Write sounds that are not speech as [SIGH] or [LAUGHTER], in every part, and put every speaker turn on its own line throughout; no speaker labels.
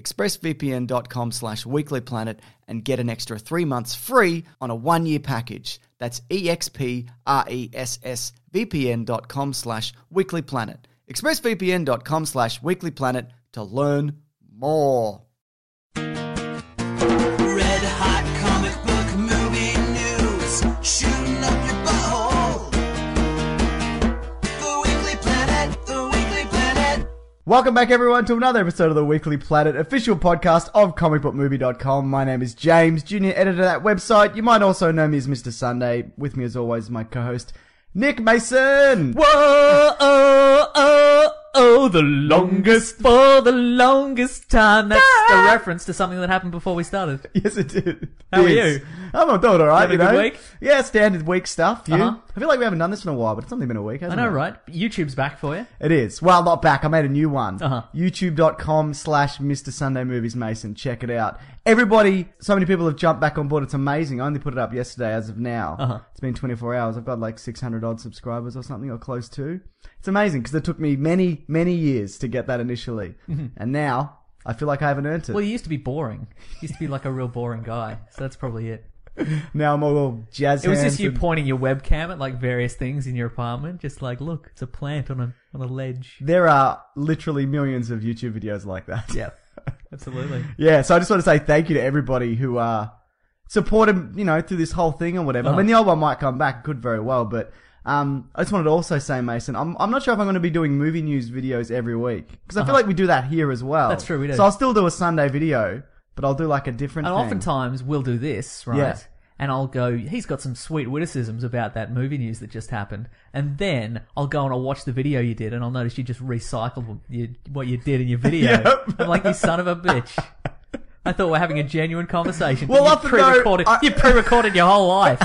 expressvpn.com slash weeklyplanet, and get an extra three months free on a one-year package. That's E expressvpn.com slash weeklyplanet. expressvpn.com slash weeklyplanet to learn more.
Red hot comic book movie news, shooting up your butthole. The Weekly Planet, the Weekly Planet.
Welcome back, everyone, to another episode of the Weekly Planet, official podcast of comicbookmovie.com. My name is James, junior editor of that website. You might also know me as Mr. Sunday. With me, as always, my co-host, Nick Mason. [LAUGHS]
Whoa, oh, oh, oh, the longest Ah! for the longest time. That's a reference to something that happened before we started.
Yes, it did.
How are
Yes.
you?
I'm doing all right.
You had a
know?
good week?
Yeah, standard week stuff. You?
Uh-huh.
I feel like we haven't done this in a while, but it's only been a week.
I
Hasn't
know,
it?
right? YouTube's back for you.
It is. Well, not back. I made a new one.
Uh-huh.
YouTube.com slash Mr. Sunday Movies Mason. Check it out. Everybody, so many people have jumped back on board. It's amazing. I only put it up yesterday as of now.
Uh-huh.
It's been 24 hours. I've got like 600 odd subscribers or something or close to. It's amazing because it took me many, many years to get that initially. And now I feel like I haven't earned it.
Mm-hmm. Well, you used to be boring. You used to be like a real boring guy. So that's probably it.
now I'm all jazz
It was
hands
just you
and-
pointing your webcam at like various things in your apartment, just like, look, it's a plant on a on a ledge.
There are literally millions of YouTube videos like that.
Yeah, absolutely.
Yeah, so I just want to say thank you to everybody who uh, supported, you know, through this whole thing or whatever. I
Uh-huh.
mean, the old one might come back, it could very well, but um, I just wanted to also say, Mason, I'm, I'm not sure if I'm going to be doing movie news videos every week because I feel like we do that here as well.
Uh-huh. That's true, we do.
So I'll still do a Sunday video, but I'll do like a different.
And
thing.
oftentimes we'll do this, right?
Yeah.
And I'll go, he's got some sweet witticisms about that movie news that just happened. And then I'll go and I'll watch the video you did and I'll notice you just recycled what you, what you did in your video.
[LAUGHS] Yep.
I'm like, you son of a bitch. I thought we are having a genuine conversation. but
Well,
you
often though,
pre-recorded,
I-
you pre-recorded your
[LAUGHS]
whole life.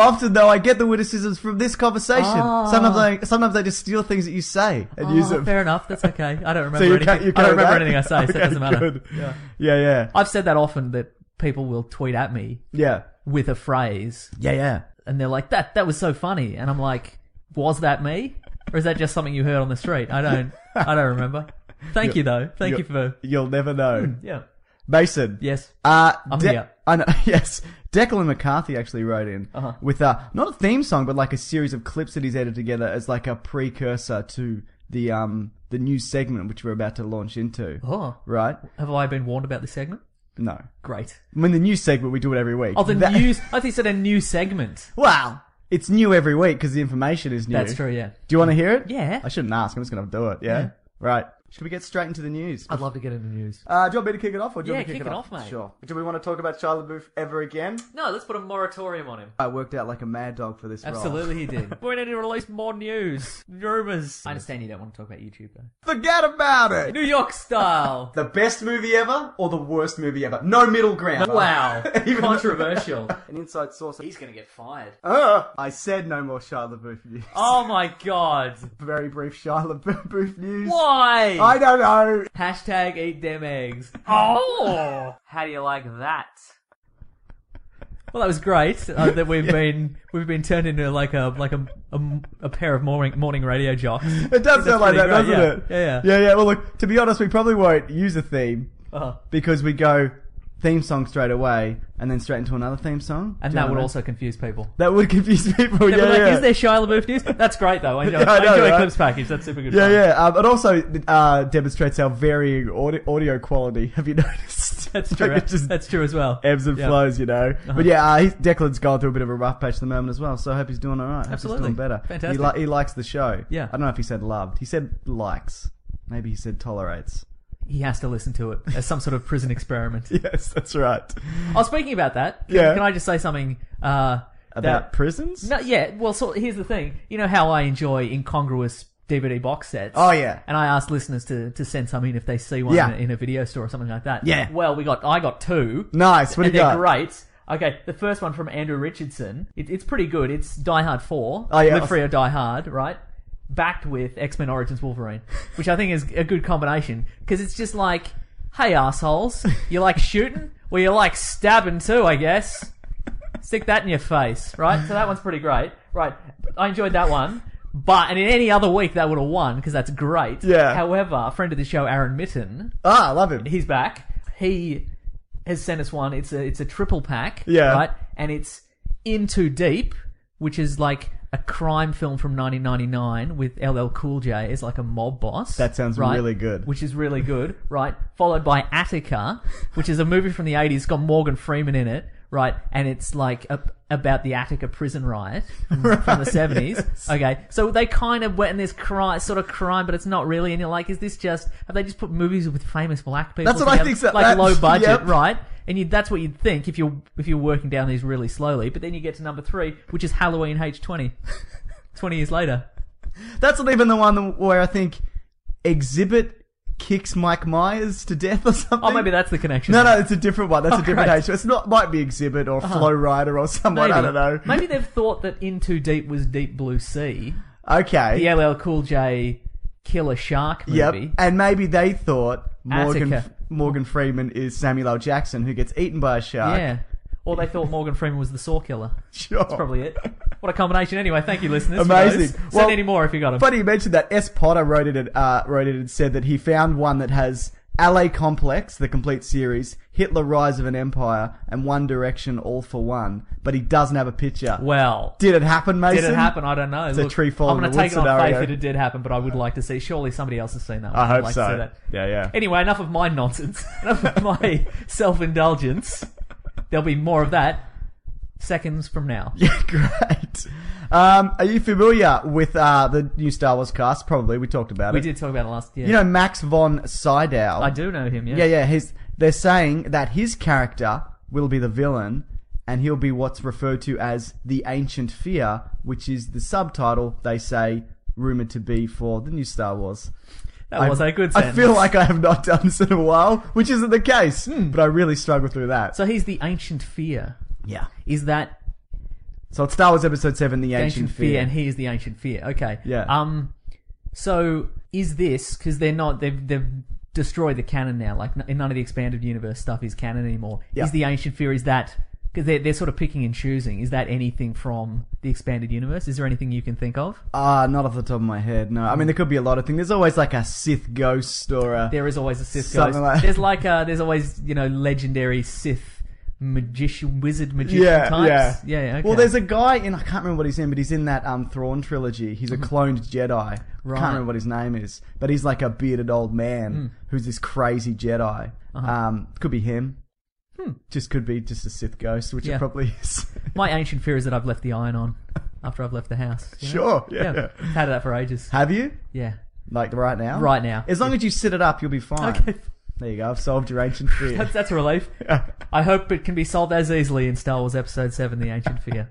Often though, I get the witticisms from this conversation. Sometimes I sometimes I just steal things that you say and use
Oh,
it.
Ah. fair enough. That's okay. I don't remember
So you
anything.
can't, you
I
can't
don't remember
that?
anything I say, so
[LAUGHS] Okay,
it doesn't matter.
good. yeah, yeah,
I've said that often that people will tweet at me
yeah,
with a phrase
yeah, yeah.
and they're like, "That that was so funny," and I'm like, "Was that me, or is that just something you heard on the street?" I don't, I don't remember. Thank you though. Thank you for
You'll never know.
yeah.
Mason.
Hmm. Yes.
Uh,
I'm
De-
here.
I know, [LAUGHS] yes. Declan McCarthy actually wrote in
Uh-huh.
with uh, not a theme song, but like a series of clips that he's edited together as like a precursor to the um the new segment which we're about to launch into.
Oh,
Right?
have I been warned about this segment?
No.
Great.
I mean, the new segment we do it every week.
Oh, the
That-
news. I think you said a new segment.
[LAUGHS] Wow. It's new every week because the information is new.
That's true. Yeah.
Do you want to hear it?
Yeah.
I shouldn't ask. I'm just going to do it. Yeah? Right. Should we get straight into the news?
I'd love to get into news.
Uh, do you want me to kick it off, or do you
Yeah,
want me to
kick
kick,
it off, mate.
Sure. Do we want to talk about Shia LaBeouf ever again?
No, let's put a moratorium on him.
I worked out like a mad dog for this role.
Absolutely, he [LAUGHS] did. we need to release more news, rumors. I understand you don't want to talk about YouTube though.
Forget about it.
New York style.
The best movie ever or the worst movie ever? No middle ground.
[LAUGHS] [LAUGHS] wow,
Even-
[LAUGHS] controversial.
An inside source.
He's gonna get fired.
Uh, I said no more Shia LaBeouf news. [LAUGHS]
Oh my god.
Very brief Shia LaBeouf news.
Why?
I don't know.
Hashtag eat them eggs.
[LAUGHS]
Oh! How do you like that? Well, that was great. Uh, that we've been we've been turned into like a like a a, a pair of morning morning
[LAUGHS]
radio jocks.
It does
That's
sound like that,
pretty
doesn't
great,
it?
yeah. Yeah,
yeah. Well, look, to be honest, we probably won't use a theme
Uh,
because we go theme song straight away and then straight into another theme song.
and
Do you know what
that
I
would
mean?
also confuse people.
That would confuse [LAUGHS] people.
They
yeah,
were like,
yeah.
Is there Shia LaBeouf news? That's great though. I enjoy,
[LAUGHS] Yeah, I
I
know,
enjoy
right?
Clips package. That's super good.
yeah,
fun.
yeah. Um, it also uh, demonstrates our varying audi- audio quality. Have you [LAUGHS] noticed? [LAUGHS]
That's
Like,
true.
it just
That's true as well.
ebbs and
Yeah. Uh-huh.
flows, you know. But yeah, uh, he's, Declan's gone through a bit of a rough patch at the moment as well. So I hope he's doing all right. I hope
Absolutely.
he's doing better.
Fantastic.
He, li- he likes the show.
Yeah.
I don't know if he said loved. He said likes. Maybe he said tolerates. [LAUGHS]
He has to listen to it as some sort of prison experiment.
Yes, that's right.
Oh, speaking about that, can,
Yeah.
can I just say something uh,
About
that
prisons?
No, yeah. Well, so here's the thing. You know how I enjoy incongruous DVD box sets.
Oh, yeah.
And I asked listeners to, to send some in if they see one
Yeah.
in, a, in a video store or something like that.
Yeah.
Well, we got I got two.
Nice. What do
and
you
they're
got?
great. Okay, the first one from Andrew Richardson. It, it's pretty good. It's Die Hard Four.
Oh, yeah.
Live Free or Die Hard, right? Backed with X Men Origins Wolverine, which I think is a good combination because it's just like, hey assholes, you like shooting? Well, you like stabbing too, I guess. Stick that in your face, right? So that one's pretty great, right? I enjoyed that one, but and in any other week that would have won because that's great.
Yeah.
However, a friend of the show, Aaron Mitten,
Ah, I love him.
he's back. He has sent us one. It's a it's a triple pack.
Yeah.
Right? And it's Into Deep, which is like a crime film from 1999 with LL Cool J as like a mob boss.
That sounds
right?
really good.
Which is really good, right? Followed by Attica, which is a movie from the 80s, it's got Morgan Freeman in it, right? And it's like a, about the Attica prison riot
[LAUGHS]
from from the 70s. Okay. So they kind of went in this crime, sort of crime, but it's not really. And you're like, is this just, have they just put movies with famous black people?
That's what I
together?
think so-
Like
that's-
low budget,
yep.
right? And you, that's what you'd think if you're, if you're working down these really slowly. But then you get to number three, which is Halloween
[LAUGHS]
H20. 20 years later.
That's not even the one where I think Exhibit kicks Mike Myers to death or something.
Oh, maybe that's the connection.
No, no, it's a different one. That's
Oh,
a different
great.
H. It's not might be Exhibit or Flow Rider or someone. I don't know.
Maybe they've thought that In Too Deep was Deep Blue Sea,
Okay.
the LL Cool J killer shark
Yep.
movie.
And maybe they thought Morgan
Attica.
Morgan Freeman is Samuel L. Jackson who gets eaten by a shark.
Yeah. Or they thought Morgan Freeman was the Saw killer.
Sure.
That's probably it. What a combination. Anyway, thank you, listeners. for
Amazing.
those. Send
Well,
any more if you got them.
Funny you mentioned that. S. Potter wrote it and uh, wrote it and said that he found one that has LA Complex, the complete series, Hitler Rise of an Empire, and One Direction All for One, but he doesn't have a picture.
well,
Did it happen, Mason?
did it happen? I don't know.
a
Look,
tree fall
I'm
in
going
the
to take
woods
it on
scenario.
faith that it did happen, but I would like to see. Surely somebody else has seen that. One.
I
I'd
hope
like
so.
To see that.
Yeah, yeah.
Anyway, enough of my nonsense. [LAUGHS] enough of my self-indulgence. There'll be more of that seconds from now.
[LAUGHS] Yeah, great. Um, are you familiar with uh, the new Star Wars cast? Probably. We talked about
We
it.
did talk about it last year.
You know Max von Sydow.
I do know him. Yeah.
Yeah, yeah. He's, they're saying that his character will be the villain, and he'll be what's referred to as the Ancient Fear, which is the subtitle they say rumored to be for the new Star Wars.
That was a good
I
sentence.
feel like I have not done this in a while, which isn't the case, but I really struggle through that.
Hmm. So he's the ancient fear.
yeah.
Is that
So it's Star Wars Episode Seven: The
the
Ancient,
ancient fear, and he is the ancient fear? Okay.
Yeah.
Um. So is this because they're not they've they've destroyed the canon now? Like n- none of the expanded universe stuff is canon anymore.
Yeah.
Is the ancient fear is that because they're they're sort of picking and choosing? Is that anything from the expanded universe? Is there anything you can think of?
Ah, not off the top of my head. No, I mean there could be a lot of things. There's always like a Sith ghost or a
There is always a Sith ghost.
Something like-
there's like uh there's always you know legendary Sith magician wizard magician
yeah,
types.
yeah,
yeah. okay.
Well, there's a guy in I can't remember what he's in, but he's in that um Thrawn trilogy. He's a cloned Jedi.
Mm-hmm. Right. Mm.
Can't remember what his name is, but he's like a bearded old man who's this crazy Jedi.
Uh-huh.
Um, could be him. Just could be just a Sith ghost, which
Hmm. Yeah.
it probably is.
[LAUGHS]
[LAUGHS]
My ancient fear is that I've left the iron on after I've left the house. you know?
sure. Yeah.
Yeah. Had that for ages.
Have you?
Yeah.
Like right now?
Right now.
As long as you sit it up, you'll be fine.
Okay. [LAUGHS]
There you go. I've solved your ancient fear.
That's, that's a relief.
[LAUGHS]
I hope it can be solved as easily in Star Wars Episode 7, The
[LAUGHS]
Ancient Figure.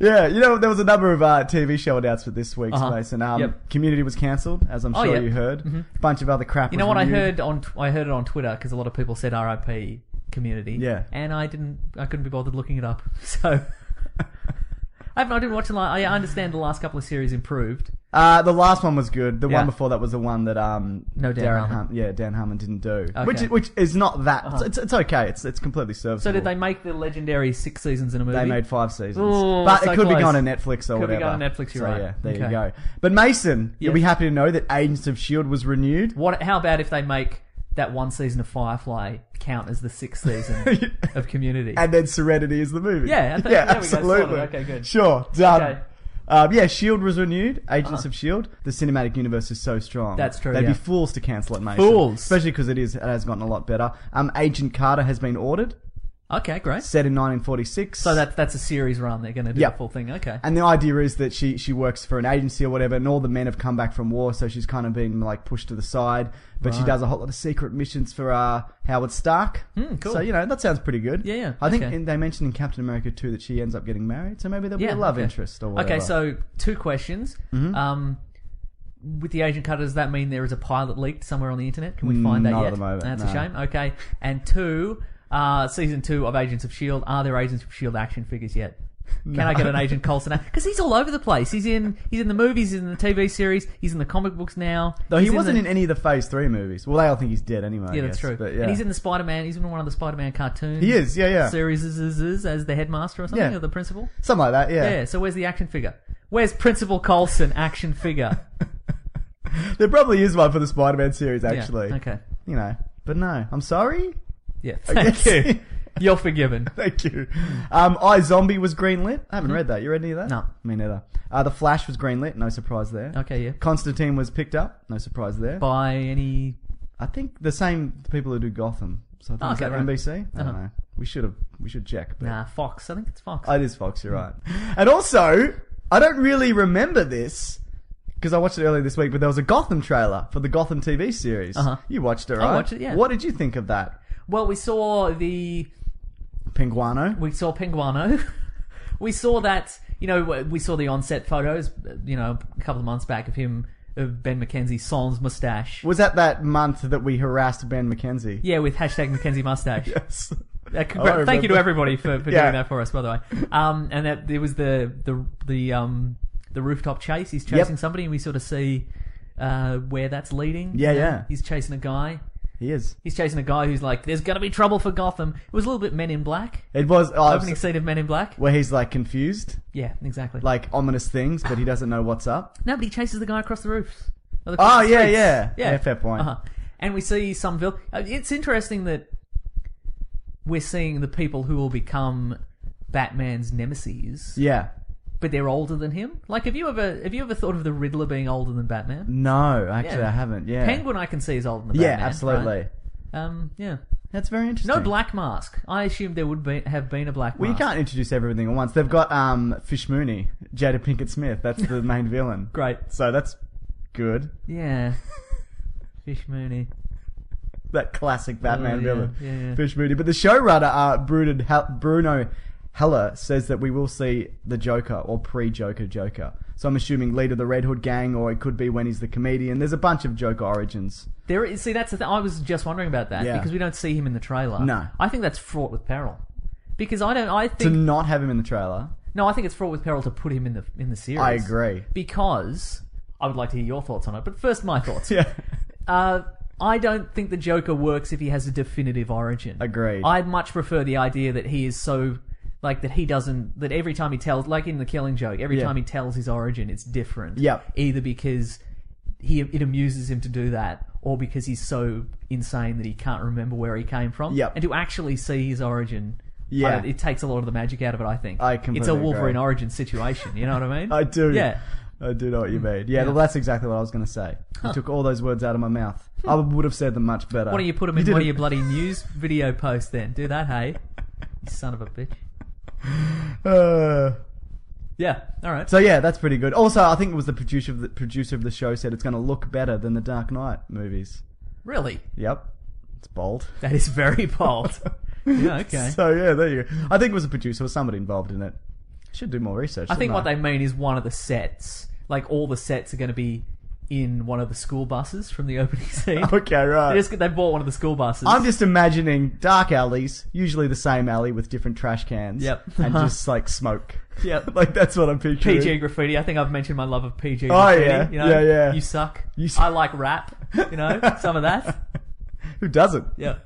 yeah, you know, there was a number of uh, TV show announcements this week,
Uh-huh.
Mason. Um,
Yep.
Community was cancelled, as I'm
Oh,
sure
yeah.
you heard. A bunch of other crap.
You
was
know what I
renewed.
heard on tw- I heard it on Twitter because a lot of people said RIP community.
Yeah.
And I didn't I couldn't be bothered looking it up. [LAUGHS] So I've not been watching like I understand the last couple of series improved.
Uh, the last one was good. The
Yeah.
one before that was the one that um
No, Dan
Darren
Harmon.
Harm- yeah Dan Harmon didn't do,
Okay. Uh-huh.
which which is not that it's, it's, it's okay. It's it's completely
So
serviceable.
did they make the legendary 6 seasons in a movie?
They made five seasons,
Ooh,
but
so
it could be
close.
gone on Netflix or
Could be
whatever.
gone on Netflix, you're
so,
right.
Yeah, there you
Okay.
go. But Mason, you'll be
Yes.
happy to know that Agents of Shield E was renewed.
What how about if they make that one season of Firefly count as the
[LAUGHS]
6th season of Community?
and then Serenity is the movie.
Yeah, I
[LAUGHS]
think-
yeah,
there we go,
absolutely.
sorted. Okay, good.
Sure, done.
Okay. Uh-huh.
Um, yeah, Shield was renewed. Agents of Shield. E The cinematic universe is so strong.
That's true,
They'd
yeah.
be fools to cancel it, Mason.
Fools.
especially because it is it has gotten a lot better. Um, Agent Carter has been ordered,
okay, great.
set in 1946.
So that that's a series run they're going to do
Yeah.
the full thing. Okay.
And the idea is that she, she works for an agency or whatever, and all the men have come back from war, so she's kind of been like pushed to the side. But she does a whole lot of secret missions for uh, Howard Stark.
Hmm, cool.
So you know that sounds pretty good.
Yeah, yeah,
I think
okay.
in, they mentioned in Captain America too that she ends up getting married, so maybe there'll be a love
okay.
interest or whatever. Mm-hmm.
Okay, so two questions. Um, with the Agent Cutter, does that mean there is a pilot leaked somewhere on the internet? Can we find that
Not at
yet?
the moment,
That's
no.
a shame. Okay, and two, uh, season two of Agents of Shield. E Are there Agents of Shield action
[LAUGHS]
figures yet? Can I get an Agent Coulson? Because he's all over the place. He's in he's in the movies, he's in the TV series, he's in the comic books now.
though he
He's
wasn't
the-
in any of the Phase Three movies. Well, they all think he's dead anyway. I
Yeah, that's
guess,
true.
But yeah,
And he's in the Spider Man. He's in one of the Spider Man cartoons.
He is, yeah, yeah.
Series as the headmaster or something,
Yeah.
or the principal.
something like that.
Yeah, so where's the action figure? Where's Principal Coulson action figure?
there probably is one for the Spider-Man series
Yeah,
actually.
okay.
you know, but no, I'm sorry.
Yeah.
I
Thank
guess-
you.
[LAUGHS]
You're forgiven.
Thank you. Um, I Zombie was greenlit. I haven't read that. You read any of that?
Mm-hmm.
me
No.
neither. Uh, the Flash was greenlit. No surprise there.
Okay, yeah.
Constantine was picked up. No surprise there.
By any
I think the same people who do Gotham. So I think
Oh,
it's
okay,
at
right.
NBC. I don't
Uh-huh.
know. We should have. We should check. But
nah Fox. I think it's Fox.
Oh, it is Fox. You're right. And also, I don't really remember this. Because I watched it earlier this week, but there was a Gotham trailer for the Gotham TV series.
Uh-huh.
You watched it, right?
watched it, yeah.
What did you think of that?
well, we saw the
Pinguano?
we saw Pinguano. [LAUGHS] we saw that you know we saw the onset photos you know a couple of months back of him of Ben McKenzie sans mustache.
Was that that month that we harassed Ben McKenzie?
Yeah, with hashtag McKenzie mustache.
Yes.
Uh,
I
congr- thank you
remember.
to everybody for, for
Yeah.
doing that for us, by the way. Um, and that there was the the the um the rooftop chase. He's chasing somebody, and we sort of see uh, where that's leading.
Yeah,
you know?
yeah.
He's chasing a guy.
He is.
He's chasing a guy who's like, "There's gonna be trouble for Gotham." It was a little bit Men in Black.
It was oh,
Opening scene of Men in Black.
where he's like confused,
Yeah, exactly.
like ominous things, but he doesn't know what's up.
[LAUGHS] nobody chases the guy across the roofs. Or the-
Oh,
the
yeah,
streets.
yeah. Yeah, fair point.
Uh-huh. And we see some vil- uh, It's interesting that we're seeing the people who will become Batman's nemesis.
Yeah.
but they're older than him. Like, have you ever have you ever thought of the Riddler being older than Batman?
No, actually,
Yeah.
I haven't. Yeah.
Penguin, I can see, is older than
Yeah,
Batman.
absolutely.
right? Um, yeah.
That's very interesting.
No black mask. I assume there would be have been a black mask.
Well, you can't introduce everything at once. They've got um, Fish Mooney, Jada Pinkett Smith. That's
[LAUGHS]
the main villain.
Great.
[LAUGHS] So that's good.
Yeah. Fish Mooney.
That classic Batman
Oh, yeah,
villain,
yeah, yeah.
Fish Mooney. But the showrunner, uh, Bruno, Hel- Bruno Heller, says that we will see the Joker or pre-Joker Joker. So I'm assuming leader of the Red Hood gang, or it could be when he's the comedian. There's a bunch of Joker origins.
There is. See, that's the thing. I was just wondering about that
Yeah.
because we don't see him in the trailer.
No.
I think that's fraught with peril. Because I don't. I
To
think
not have him in the trailer,
no. I think it's fraught with peril to put him in the in the series.
I agree.
Because I would like to hear your thoughts on it, but first
[LAUGHS]
my thoughts. Uh, I don't think the Joker works if he has a definitive origin.
Agreed.
I much prefer the idea that he is so like that he doesn't that every time he tells like in the Killing Joke, every
Yeah.
time he tells his origin, it's different.
Yep.
Either because he it amuses him to do that, or because he's so insane that he can't remember where he came from.
Yep.
And to actually see his origin. I
Yeah.
don't- it takes a lot of the magic out of it. I think
I
it's a
completely
Wolverine
agree.
origin situation. You know what I
[LAUGHS]
mean?
I do.
Yeah,
I do know what you mean. Hmm. Yeah, well, that's exactly what I was going to say. You took all those words out of my mouth. I would have said them much better.
Why don't you put him in
did
one
it.
of your bloody news video posts then? Do that, hey? You son of a bitch.
Uh,
Yeah. All right.
So yeah, that's pretty good. Also, I think it was the producer of the producer of the show said it's going to look better than the Dark Knight movies.
really,
Yep, it's bold.
that is very bold.
[LAUGHS]
yeah. Okay.
So yeah, there you go. I think it was a producer or somebody involved in it. Should do more research.
I think
shouldn't
what they mean is one of the sets. Like all the sets are going to be in one of the school buses from the
[LAUGHS]
opening [LAUGHS] scene.
Okay, right.
They just they bought one of the school buses.
I'm just imagining dark alleys, usually the same alley with different trash cans.
Yep. Uh-huh.
and just like smoke. [LAUGHS]
Yep.
like that's what I'm picturing.
PG graffiti. I think I've mentioned my love of PG.
Oh,
graffiti,
yeah.
you know?
Yeah, yeah.
You suck.
You suck.
I like rap.
[LAUGHS]
You know some of that.
Who doesn't?
Yeah.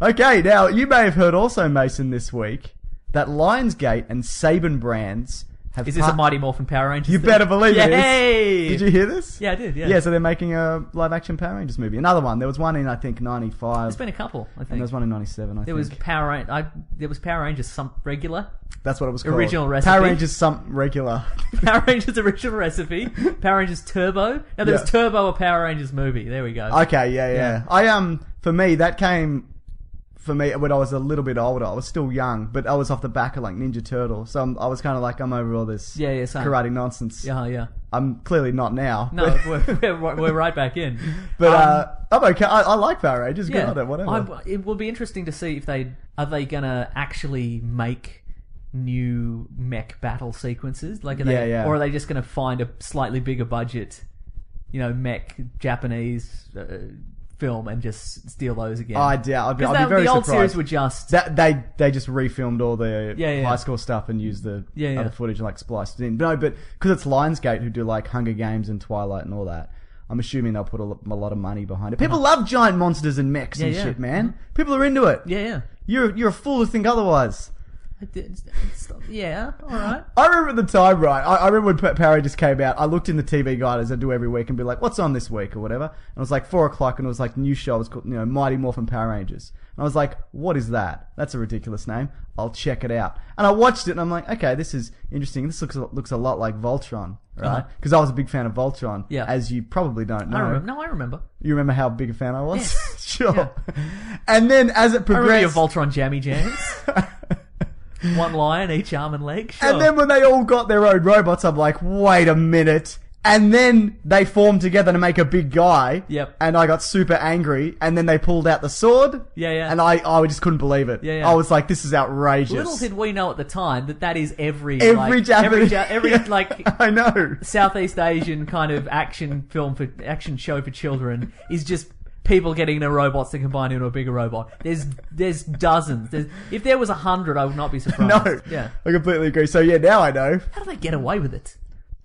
Okay, now you may have heard also, Mason, this week that Lionsgate and Saban Brands have.
Is this
par-
a Mighty Morphin Power Rangers? [LAUGHS]
You
thing?
better believe it is.
Yay!
Did you hear this?
Yeah, I did. Yeah.
Yeah, so they're making a live-action Power Rangers movie. Another one. There was one in I think '95,
There's been a couple. I think
and there was one in '97. I
There
think
was Power Ran- I There was Power Rangers some regular [LAUGHS]
that's what it was called.
original
Power
recipe.
Rangers some regular. [LAUGHS]
Power Rangers original recipe. Power Rangers Turbo. Now there
Yeah.
was Turbo a Power Rangers movie. There we go.
Okay, yeah, yeah,
Yeah.
I um for me that came for me when I was a little bit older. I was still young, but I was off the back of like Ninja Turtle, so I'm, I was kind of like I'm over all this
Yeah, yeah, same.
karate nonsense.
yeah,
[LAUGHS]
yeah.
I'm clearly not now.
No,
[LAUGHS] but,
we're, we're, we're right back in.
but
Um,
uh, I'm okay. I, I like Power Rangers. Good on it, whatever.
I- it will be interesting to see if they are they gonna actually make new mech battle sequences. Like, are they,
Yeah, yeah.
or are they just gonna find a slightly bigger budget, you know, mech Japanese uh, film and just steal those again?
I doubt. I'd be,
'Cause
I'd be
they-
very
the old
surprised.
series were just
that they they just refilmed all the
Yeah, yeah.
high school stuff and used the
Yeah, yeah.
other footage and like spliced it in. But no, but because it's Lionsgate who do like Hunger Games and Twilight and all that. I'm assuming they'll put a, lo- a lot of money behind it. People love giant monsters and mechs and
Uh-huh. Yeah, yeah.
shit, man. People are into it.
yeah, yeah.
You're you're a fool to think otherwise.
I did- Yeah, all right.
I remember at the time, right? I, I remember when Pa- Power just came out. I looked in the TV guide as I do every week and be like, "What's on this week?" or whatever. And it was like four o'clock, and it was like new show. It was called, you know, Mighty Morphin Power Rangers. And I was like, "What is that? That's a ridiculous name. I'll check it out." And I watched it, and I'm like, "Okay, this is interesting. This looks looks a lot like Voltron, right?" Because I was a big fan of Voltron,
Uh-huh. Yeah.
as you probably don't know.
I remember. No, I remember.
You remember how big a fan I was? [LAUGHS] sure. And then as it
I remember your
progressed,
Voltron jammy
[LAUGHS]
jams. One lion, each arm and leg. Sure.
And then when they all got their own robots, I'm like, wait a minute. And then they formed together to make a big guy.
Yep.
And I got super angry. And then they pulled out the sword.
Yeah, yeah.
And I, I just couldn't believe it.
Yeah, yeah.
I was like, this is outrageous.
Little did we know at the time that that is every
Every
like, every,
Japanese-
ja-
[LAUGHS]
every
Yeah. [LAUGHS]
like
I
[LAUGHS]
know.
Southeast Asian kind of action film for action show for children is just people getting their robots to combine into a bigger robot. There's there's dozens. There's, if there was a hundred, I
[LAUGHS]
would not be surprised.
No.
Yeah.
I completely agree. So yeah, now I know.
How do they get away with it?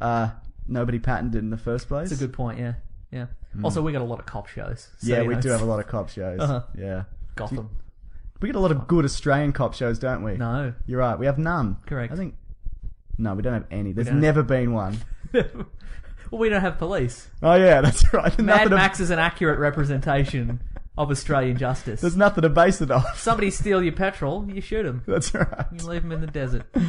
Uh, nobody patented in the first place.
That's a good point. Yeah. Yeah. Also, we got a lot of cop shows. So,
Hmm. yeah,
you
we
know,
do
[LAUGHS]
have a lot of cop shows.
Uh-huh.
Yeah.
Gotham.
We get a lot of good Australian cop shows, don't we?
No. [LAUGHS]
You're right. We have none.
Correct.
I think. No, we don't have any. There's
don't.
never been one.
well, we don't have police.
Oh yeah, [LAUGHS] that's right.
Mad
Nothing to-
Max is an accurate representation of Australian justice.
There's nothing to base it off. [LAUGHS]
Somebody steal your petrol, you shoot them.
That's right.
You leave them in the desert. [LAUGHS]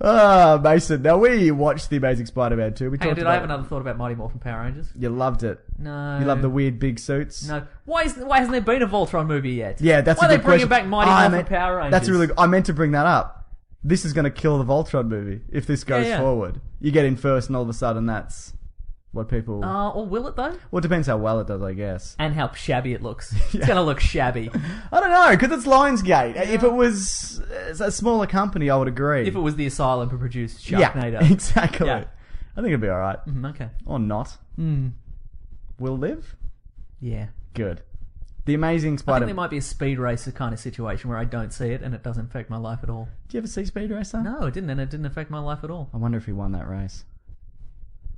Ah, Mason. Now we watched the Amazing Spider-Man 2. We
Hang on,
talked
did
about
I have
it.
another thought about Mighty Morphin Power Rangers?
You loved it.
No.
You love the weird big suits.
No. Why is why hasn't there been a Voltron movie yet?
Yeah, that's
why
a
are
good
they bringing
question.
back Mighty
I
Morphin
meant-
Power Rangers?
That's really. Good. I meant to bring that up. This is going to kill the Voltron movie if this goes
yeah.
forward. You get in first, and all of a sudden, that's what people.
Uh, or will it though?
well, it depends how well it does, I guess.
And how shabby it looks. [LAUGHS] It's gonna look shabby.
I don't know because it's Lionsgate. If it was uh, a smaller company, I would agree.
if it was the Asylum who produced Sharknado. [LAUGHS]
yeah, [LAUGHS] exactly.
Yeah.
I think it'd be all right.
Mm, okay.
or not.
Hmm.
Will live.
Yeah.
Good. The Amazing
I think
Spider.
there might be a speed racer kind of situation where I don't see it and it doesn't affect my life at all.
Did you ever see Speed Racer?
No, it didn't, and it didn't affect my life at all.
I wonder if he won that race.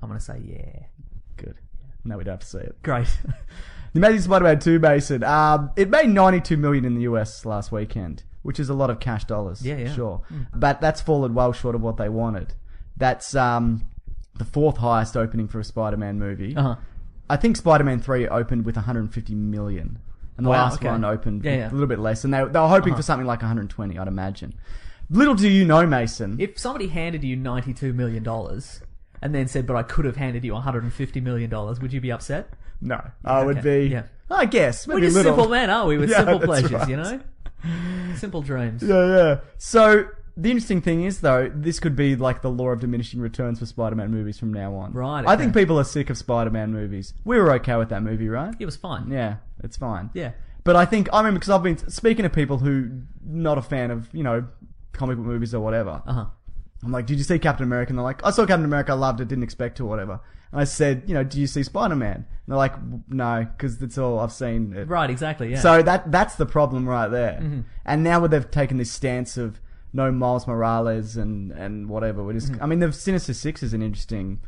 I'm gonna say yeah.
Good. No, we don't have to see it.
Great. [LAUGHS]
The Amazing Spider-Man 2, Mason. Um, it made 92 million in the US last weekend, which is a lot of cash dollars.
Yeah, Hmm. yeah.
Sure. But that's fallen well short of what they wanted. That's um, the fourth highest opening for a Spider-Man movie.
Uh-huh.
I think Spider-Man 3 opened with 150 million. And the
Wow,
last
okay.
one opened
Yeah,
with
yeah. Uh-huh.
a little bit less. And they, they were hoping for something like 120, I'd imagine. Little do you know, Mason.
if somebody handed you $92 million and then said, but I could have handed you $150 million, would you be upset?
no. I would
Okay,
be...
yeah.
I guess. Maybe
We're just
a little.
simple men, aren't we? With
Yeah,
simple
that's
pleasures,
right.
you know? Simple dreams.
Yeah, yeah. So
The interesting thing is, though, this could be like the law of diminishing returns for Spider-Man movies from now on.
Right,
I
okay.
think people are sick of Spider-Man movies. We were okay with that movie, right?
It was fine.
Yeah, it's fine.
Yeah.
But I think I remember because I've been speaking to people who not a fan of you know comic book movies or whatever.
Uh huh.
I'm like, did you see Captain America? And they're like, I saw Captain America, I loved it, didn't expect to, whatever. And I said, you know, do you see Spider Man? And they're like, no, because that's all I've seen. It.
Right. Exactly. Yeah.
So that that's the problem right there. And now where they've taken this stance of no Miles Morales and and whatever, we just I mean, the Sinister Six is an interesting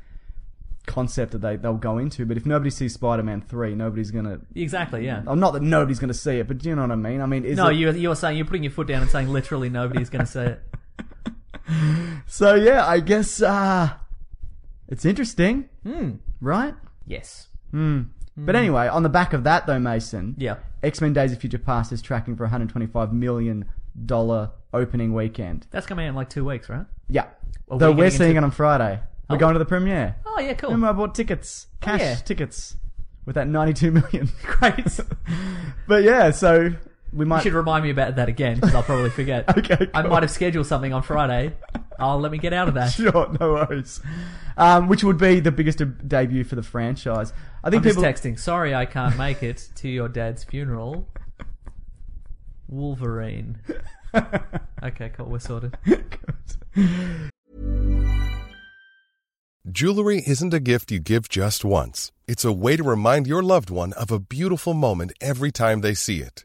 concept that they they'll go into, but if nobody sees Spider Man three, nobody's gonna.
exactly. Yeah.
Oh, not that nobody's gonna see it, but do you know what I mean? I mean, is
No,
it-
you're you're saying you're putting your foot down and saying literally nobody's going to say it. [LAUGHS]
So yeah, I guess uh it's interesting,
Hmm.
right?
Yes.
But anyway, on the back of that though, Mason,
Hmm. Yeah.
X Men: Days of Future Past is tracking for 125 million dollar opening weekend.
That's coming out in like two weeks, right?
Yeah,
Are
though
we
we are
getting
seeing
into-
it on Friday. We're going to the premiere.
Oh yeah, cool.
Remember, I bought tickets, cash
yeah.
tickets, with that 92 million.
[LAUGHS]
[LAUGHS]
Great.
but yeah, so we
You
might.
should remind me about that again because I'll probably forget.
[LAUGHS] Okay,
I
cool.
might have scheduled something on Friday. Oh, let me get out of that.
[LAUGHS] Sure, no worries. Um, which would be the biggest de- debut for the franchise. I think
I'm just
people.
texting. Sorry, I can't make it to your dad's funeral.
[LAUGHS]
Wolverine. Okay, cool. We're sorted.
Jewelry isn't a gift you give just once. It's a way to remind your loved one of a beautiful moment every time they see it.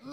shit,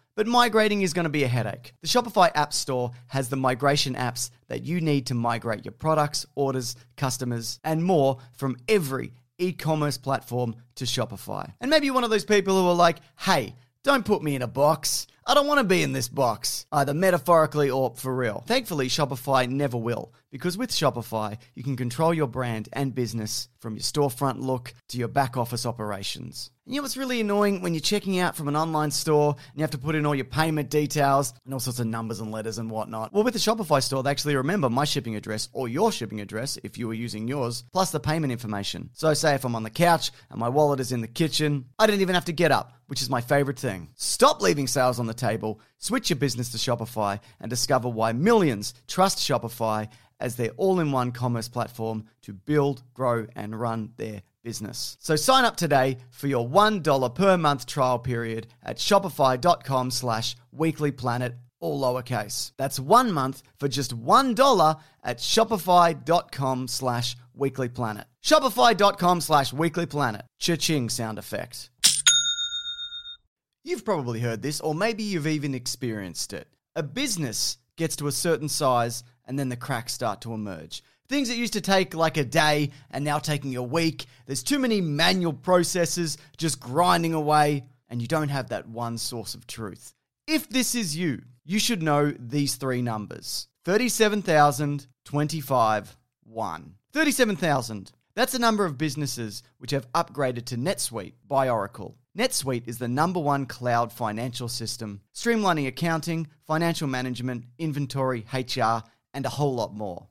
but migrating is going to be a headache. The Shopify App Store has the migration apps that you need to migrate your products, orders, customers, and more from every e commerce platform to Shopify. And maybe you're one of those people who are like, hey, don't put me in a box. I don't want to be in this box, either metaphorically or for real. Thankfully, Shopify never will, because with Shopify, you can control your brand and business from your storefront look to your back office operations. And you know what's really annoying when you're checking out from an online store and you have to put in all your payment details and all sorts of numbers and letters and whatnot? Well, with the Shopify store, they actually remember my shipping address or your shipping address if you were using yours, plus the payment information. So, say if I'm on the couch and my wallet is in the kitchen, I don't even have to get up which is my favorite thing. Stop leaving sales on the table, switch your business to Shopify, and discover why millions trust Shopify as their all in one commerce platform to build, grow, and run their business. So sign up today for your $1 per month trial period at shopify.com slash weeklyplanet, all lowercase. That's one month for just $1 at shopify.com slash weeklyplanet. Shopify.com slash weeklyplanet. Cha-ching sound effect. You've probably heard this, or maybe you've even experienced it. A business gets to a certain size, and then the cracks start to emerge. Things that used to take like a day and now taking a week. There's too many manual processes just grinding away, and you don't have that one source of truth. If this is you, you should know these three numbers 37,025 one. 37,000. That's the number of businesses which have upgraded to NetSuite by Oracle. NetSuite is the number one cloud financial system, streamlining accounting, financial management, inventory, HR, and a whole lot more.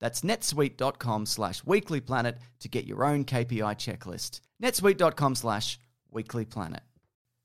That's netsuite.com slash weeklyplanet to get your own KPI checklist. netsuite.com slash weeklyplanet.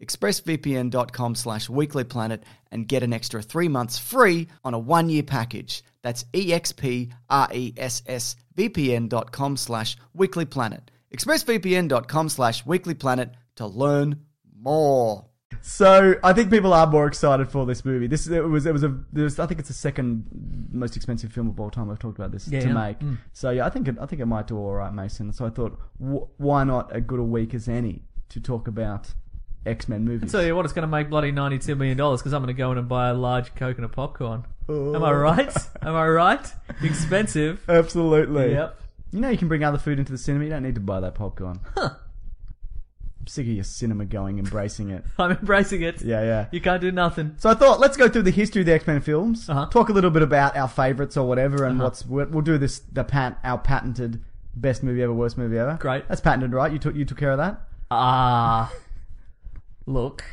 expressvpn.com slash weeklyplanet, and get an extra three months free on a one-year package. That's E expressvpn.com slash weeklyplanet. expressvpn.com slash weeklyplanet to learn more.
So I think people are more excited for this movie. This it was it was a there's I think it's the second most expensive film of all time. I've talked about this to
yeah. Mm.
make. So yeah, I think it, I think it might do all right, Mason. So I thought, wh- why not a good a week as any to talk about X Men movies?
Tell you what, it's going to make bloody ninety-two million dollars because I'm going to go in and buy a large Coke and a popcorn. Am I right?
Oh.
Am I right?
[LAUGHS]
Expensive.
Absolutely.
yep.
You know you can bring other food into the cinema. You don't need to buy that popcorn. I'm sick of your cinema going, embracing it.
I'm embracing it.
Yeah, yeah.
You can't do nothing.
So I thought let's go through the history of the X Men films,
Uh-huh.
talk a little bit about our favorites or whatever, and what's we'll we'll do this the pat our patented best movie ever, worst movie ever.
Great.
that's patented, right? You took you took care of that.
Ah. look.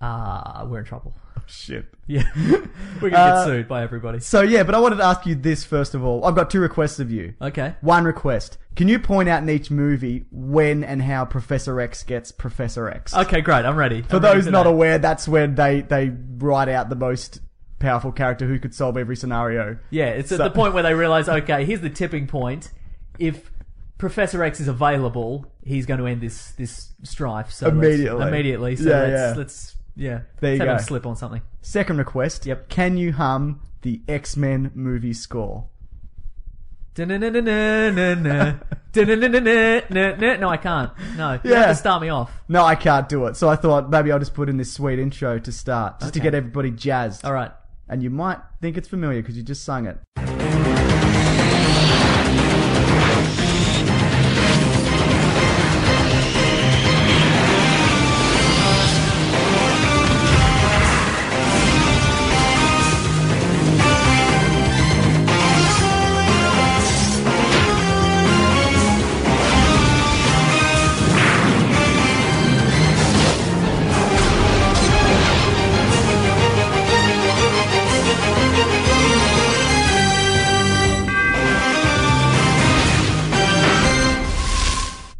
Ah, we're in trouble. [LAUGHS]
Shit.
Yeah. we're going to get
Uh,
sued by everybody.
So yeah, but I wanted to ask you this first of all. I've got two requests of you.
Okay.
One request: Can you point out in each movie when and how Professor X gets Professor X?
Okay, great. I'm ready.
For those not aware, that's when they they write out the most powerful character who could solve every scenario.
Yeah, it's at
So-
the point where they realize, okay, here's the tipping point. If Professor X is available, he's going to end this this strife. So let's-
Immediately.
immediately. So
Yeah,
let's,
yeah.
let's yeah.
There
let's
you
have
go.
him slip on something.
Second request.
Yep.
Can you hum the X Men movie score?
Da-na-na-na-na-na. Da-na-na-na-na-na. No, I can't. No, you
Yeah.
have to start me off.
No, I can't do it. So I thought maybe I'll just put in this sweet intro to start, just to get everybody jazzed.
All right.
And you might think it's familiar because you just sung it.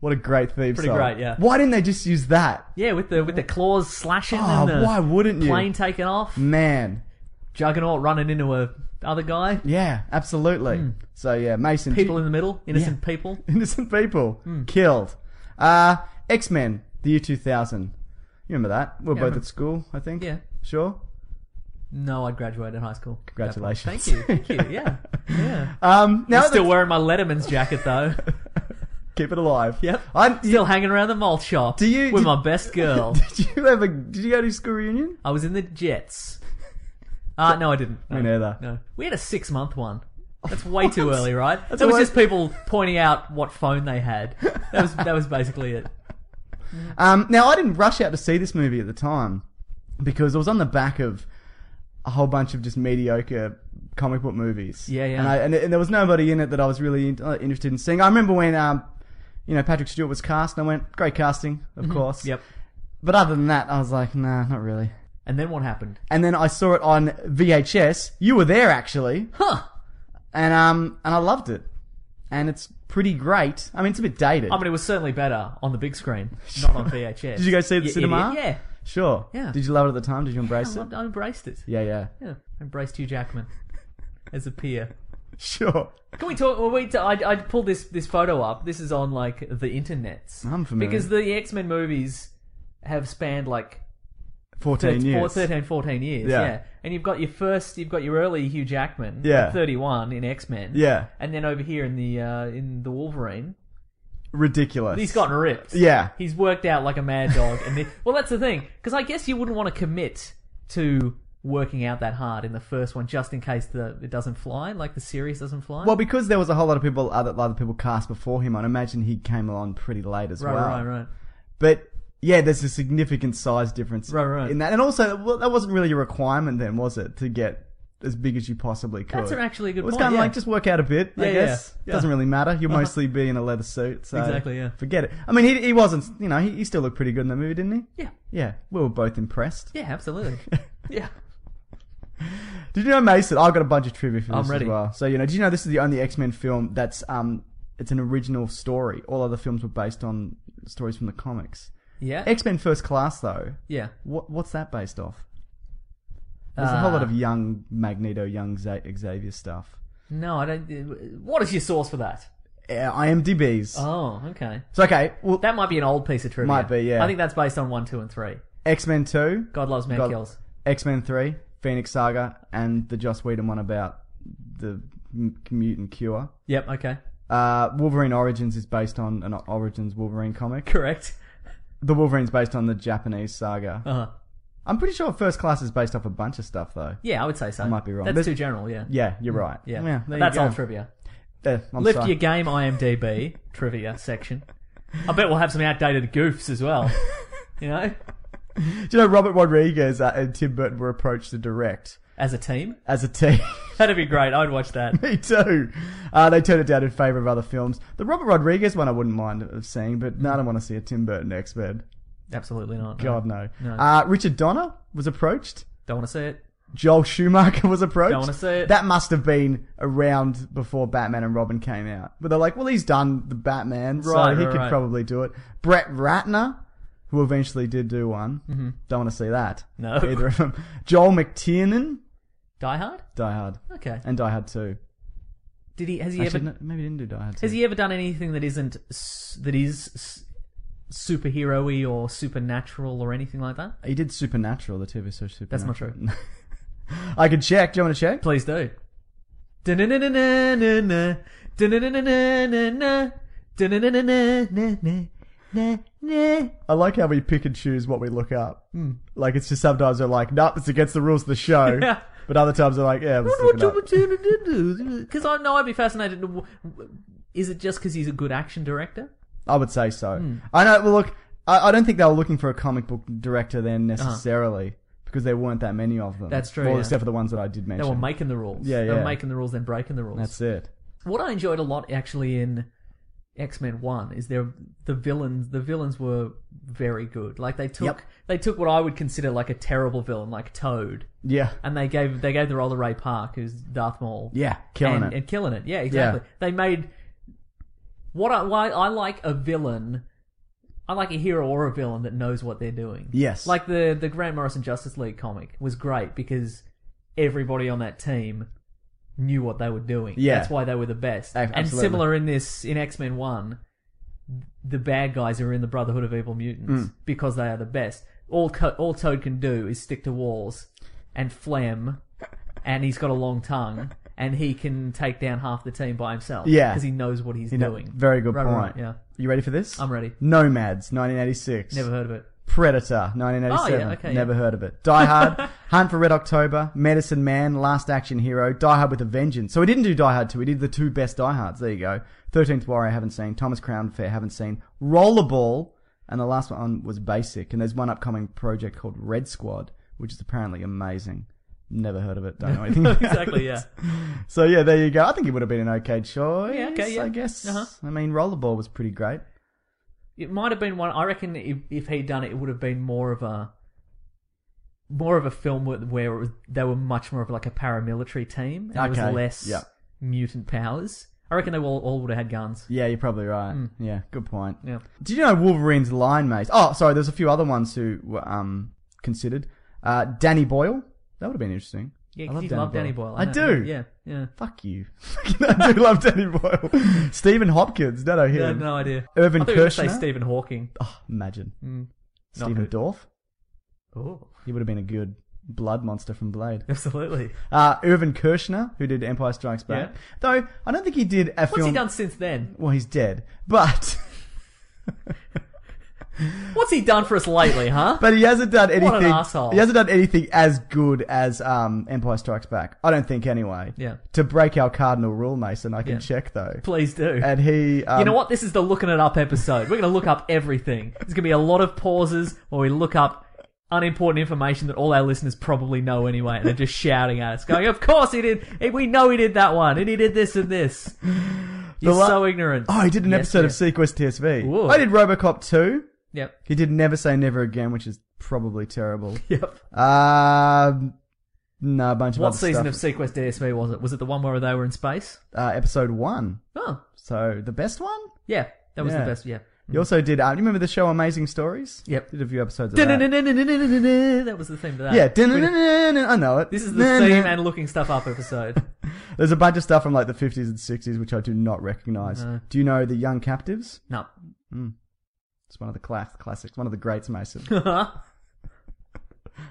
What a great theme
Pretty
song.
great, yeah.
Why didn't they just use that?
Yeah, with the with the claws slashing and
Oh,
the
why wouldn't you?
plane taking off,
Man.
Juggernaut running into a other guy,
Yeah, absolutely. So yeah, Mason.
Hmm. people
[LAUGHS]
Hmm. in the middle, innocent people.
innocent
[LAUGHS]
people killed. Uh, X Men, the year 2000. You remember that? We were
Yeah, I
both
remember.
at school, I think.
Yeah.
Sure.
No, I graduated high school.
Congratulations. [LAUGHS]
Thank you. Thank you. Yeah. Yeah.
Um, now
I'm still
that's- [LAUGHS]
wearing my Letterman's jacket though.
Keep it alive.
Yep.
I'm
Still hanging around the malt shop
Do you-
with
did-
my best girl.
[LAUGHS] Did you ever? Did you go to school reunion?
I was in the Jets. Uh, no, I didn't. No,
Me neither.
No. We had a six month one.
Oh,
That's way too early, right? That
a
was
way-
just people pointing out what phone they had. That was that was basically
[LAUGHS]
it.
Um, now I didn't rush out to see this movie at the time because it was on the back of a whole bunch of just mediocre comic book movies.
Yeah, yeah.
And, I, and, and there was nobody in it that I was really in, uh, interested in seeing. I remember when um, you know Patrick Stewart was cast, and I went, "Great casting, of
Mm-hmm.
course."
Yep.
But other than that, I was like, "Nah, not really."
And then what happened?
And then I saw it on VHS. You were there actually.
[LAUGHS] Huh.
and um and I loved it, and it's pretty great. I mean, it's a bit dated.
I mean, it was certainly better on the big screen, not on VHS.
Did you go see it at the
You
cinema?
idiot. Yeah.
sure.
Yeah.
Did you love it at the time? Did you embrace
I
it?
loved- I embraced it.
Yeah, yeah. [LAUGHS]
Yeah. I embraced Hugh Jackman as a peer.
Sure.
Can we talk? Well, wait, I, I pulled this this photo up. This is on like the internets.
I'm familiar.
because the X Men movies have spanned like
Fourteen
13,
years.
13 14 years.
Yeah.
Yeah. and you've got your first, you've got your early Hugh Jackman,
Yeah.
at 31 in X Men,
Yeah.
and then over here in the uh, in the Wolverine,
Ridiculous.
he's gotten ripped.
Yeah.
he's worked out like a mad dog. and the, well, that's the thing, because I guess you wouldn't want to commit to working out that hard in the first one, just in case the it doesn't fly, like the series doesn't fly.
Well, because there was a whole lot of people, other, other people cast before him, I'd imagine he came along pretty late as
right,
well.
right, right.
But yeah, there's a significant size difference
Right, right.
in that, and also well, that wasn't really a requirement then, was it, to get as big as you possibly could?
That's actually a good
It was
point,
kind of
yeah.
like just work out a bit. I
Yeah, yeah,
guess
yeah.
doesn't really matter.
[LAUGHS]
You'll mostly be in a leather suit. So
Exactly, yeah.
Forget it. I mean, he, he wasn't. You know, he, he still looked pretty good in the movie, didn't he?
Yeah,
Yeah, we were both impressed.
yeah,
[LAUGHS]
absolutely. yeah.
Did you know Mason? I've got a bunch of trivia for
I'm
this
ready.
as well. So you know, did you know this is the only X Men film that's um, it's an original story. All other films were based on stories from the comics.
Yeah.
X Men First Class, though,
yeah.
What what's that based off? There's a whole
Uh.
lot of young Magneto, young Za- Xavier stuff.
No, I don't. uh, What is your source for that?
Uh, IMDb's.
Oh, okay.
so okay, well,
That might be an old piece of trivia.
Might be, yeah.
I think that's based on one, two, and three.
X Men Two,
God loves man
God-
kills.
X Men Three, Phoenix Saga, and the Joss Whedon one about the m- mutant cure.
Yep. Okay. [LAUGHS]
Uh, Wolverine Origins is based on an Origins Wolverine comic.
Correct.
The Wolverine's based on the Japanese saga.
Uh huh.
I'm pretty sure First Class is based off a bunch of stuff though.
Yeah, I would say so.
I might be wrong.
That's
There's-
too general. Yeah.
Yeah, you're right.
Mm, Yeah.
there you
that's
go.
old trivia.
Yeah, I'm
Lift
sorry.
your game, IMDb [LAUGHS] trivia section. I bet we'll have some outdated goofs as
[LAUGHS]
well. you know,
Do you know Robert Rodriguez uh, and Tim Burton were approached to direct
as a team,
as a team?
that'd be great. I'd watch that.
[LAUGHS] Me too. Uh, they turned it down in favor of other films. The Robert Rodriguez one I wouldn't mind of seeing, but no, I don't want to see a Tim Burton X Men.
Absolutely not.
God no.
No.
Uh, Richard Donner was approached.
Don't want to see it.
Joel Schumacher was approached.
Don't wanna see it.
That must have been around before Batman and Robin came out. But they're like, well, he's done the Batman,
Right,
so he
right,
could
right.
probably do it. Brett Ratner, who eventually did do one. Mm-hmm. Don't want to see that.
No.
[LAUGHS] Either of them. Joel McTiernan,
Die Hard.
Die Hard.
Okay.
And Die Hard 2.
Did he? Has he
Actually,
ever?
no, maybe he didn't do Die Hard 2.
Has he ever done anything that isn't s- that is s- superhero-y or supernatural or anything like that?
He did Supernatural, the TV show Supernatural. [LAUGHS]
That's not true.
I could check. Do you want to check?
Please do. Dun-dun-dun-dun-dun-dun. Dun-dun-dun-dun-dun-dun. Dun-dun-dun-dun-dun-dun.
I like how we pick and choose what we look up. Hmm. Like it's just sometimes they're like, nope, it's against the rules of the show.
[LAUGHS] Yeah.
But other times they're like, yeah, let's look it up.
Because I know I'd be fascinated. to w- w- Is it just because he's a good action director?
I would say so.
Hmm.
I know. Well, look, I, I don't think they were looking for a comic book director then necessarily because there weren't that many of them.
Uh-huh. That's true,
Well,
yeah.
except for the ones that I did
They
mention.
were making the rules.
Yeah,
They
yeah.
were making the rules, then breaking the rules.
That's it.
What I enjoyed a lot actually in X Men One is their the villains. The villains were very good. Like they took
Yep.
they took what I would consider like a terrible villain, like Toad,
Yeah.
and they gave they gave the role to Ray Park, who's Darth Maul.
Yeah. Killing
and,
it.
and killing it. Yeah, exactly. They made what I why I like a villain. I like a hero or a villain that knows what they're doing.
Yes.
like the the Grant Morrison Justice League comic was great because everybody on that team knew what they were doing.
Yeah.
that's why they were the best.
A-
And
absolutely.
similar in this in X Men One, the bad guys are in the Brotherhood of Evil Mutants
Mm.
because they are the best. All co- all Toad can do is stick to walls and phlegm, and he's got a long tongue, and he can take down half the team by himself.
Yeah.
because he knows what he's
You know,
doing.
very good
Right,
point.
right, right, yeah,
You ready for this?
I'm ready.
Nomads, 1986.
Never heard of
[LAUGHS]
it.
Predator, 1987.
Oh, yeah, okay,
Never
yeah.
heard of it.
[LAUGHS]
Die Hard, Hunt for Red October, Medicine Man, Last Action Hero, Die Hard with a Vengeance. So we didn't do Die Hard 2. We did the two best Die Hards. There you go. 13th Warrior, haven't seen. Thomas Crown Fair, haven't seen. Rollerball. And the last one was Basic. And there's one upcoming project called Red Squad, which is apparently amazing. Never heard of
[LAUGHS]
it. Don't know anything. about
Exactly.
it.
Yeah.
So yeah, there you go. I think it would have been an okay choice.
Yeah, okay, yeah.
I guess.
Uh-huh.
I mean, Rollerball was pretty great.
It might have been one. I reckon if, if he'd done it, it would have been more of a more of a film where, where it was, they were much more of like a paramilitary team. And It
Okay,
was less
yeah.
mutant powers. I reckon they all, all would have had guns.
Yeah, you're probably right. Yeah, good point.
Hmm. Yeah.
Did you know Wolverine's line mate? Oh, sorry. There's a few other ones who were um considered. Uh, Danny Boyle. That would have been interesting.
Yeah,
I
'cause you love Danny Boyle.
I,
know,
do.
Yeah, yeah.
Fuck you. [LAUGHS] I do love Danny
[LAUGHS]
Boyle. Stephen Hopkins. No, no,
Yeah, I
him.
had no idea.
Irvin
I thought you were gonna say
Kershner?
Stephen Hawking.
Oh, imagine.
Not
Stephen
good.
Dorff.
Oh,
He would have been a good blood monster from Blade.
[LAUGHS] absolutely.
Uh, Irvin Kershner, who did Empire Strikes Back.
Yeah.
Though, I don't think he did a
What's
film.
he done since then?
Well, he's dead. But. [LAUGHS]
What's he done for us lately, huh?
But he hasn't done
an
anything.
asshole.
He hasn't done anything as good as um, Empire Strikes Back. I don't think, anyway.
Yeah.
To break our cardinal rule, Mason, I can
Yeah.
check though.
Please do.
And he, um,
you know what? This is the looking it up episode. We're going to look up everything. There's going to be a lot of pauses where we look up unimportant information that all our listeners probably know anyway, and they're just shouting at us, going, "Of course he did! Eh, We know he did that one, and he did this and this." You're
la-
so ignorant.
Oh, he did an
Yes,
episode
yeah.
of Sequest TSV.
Whoa.
I did RoboCop two.
Yep.
He did Never Say Never Again, which is probably terrible.
Yep.
Um, no, a bunch of
What
other
season
stuff.
of Sequest DSV was it? Was it the one where they were in space?
uh, episode one?
Oh,
So the best one.
yeah. That was
Yeah.
the best. Yeah.
You also did. Uh, you remember the show Amazing Stories?
Yep.
Did a few episodes of that.
That was the theme for that.
Yeah,
We-
I know it.
This is the theme and looking stuff up
[LAUGHS]
episode.
There's a bunch of stuff from like the 50s and 60s which I do not recognize. Do you know The Young Captives?
No.
It's one of the cla- classics, one of the
[LAUGHS]
greats, Mason.
Did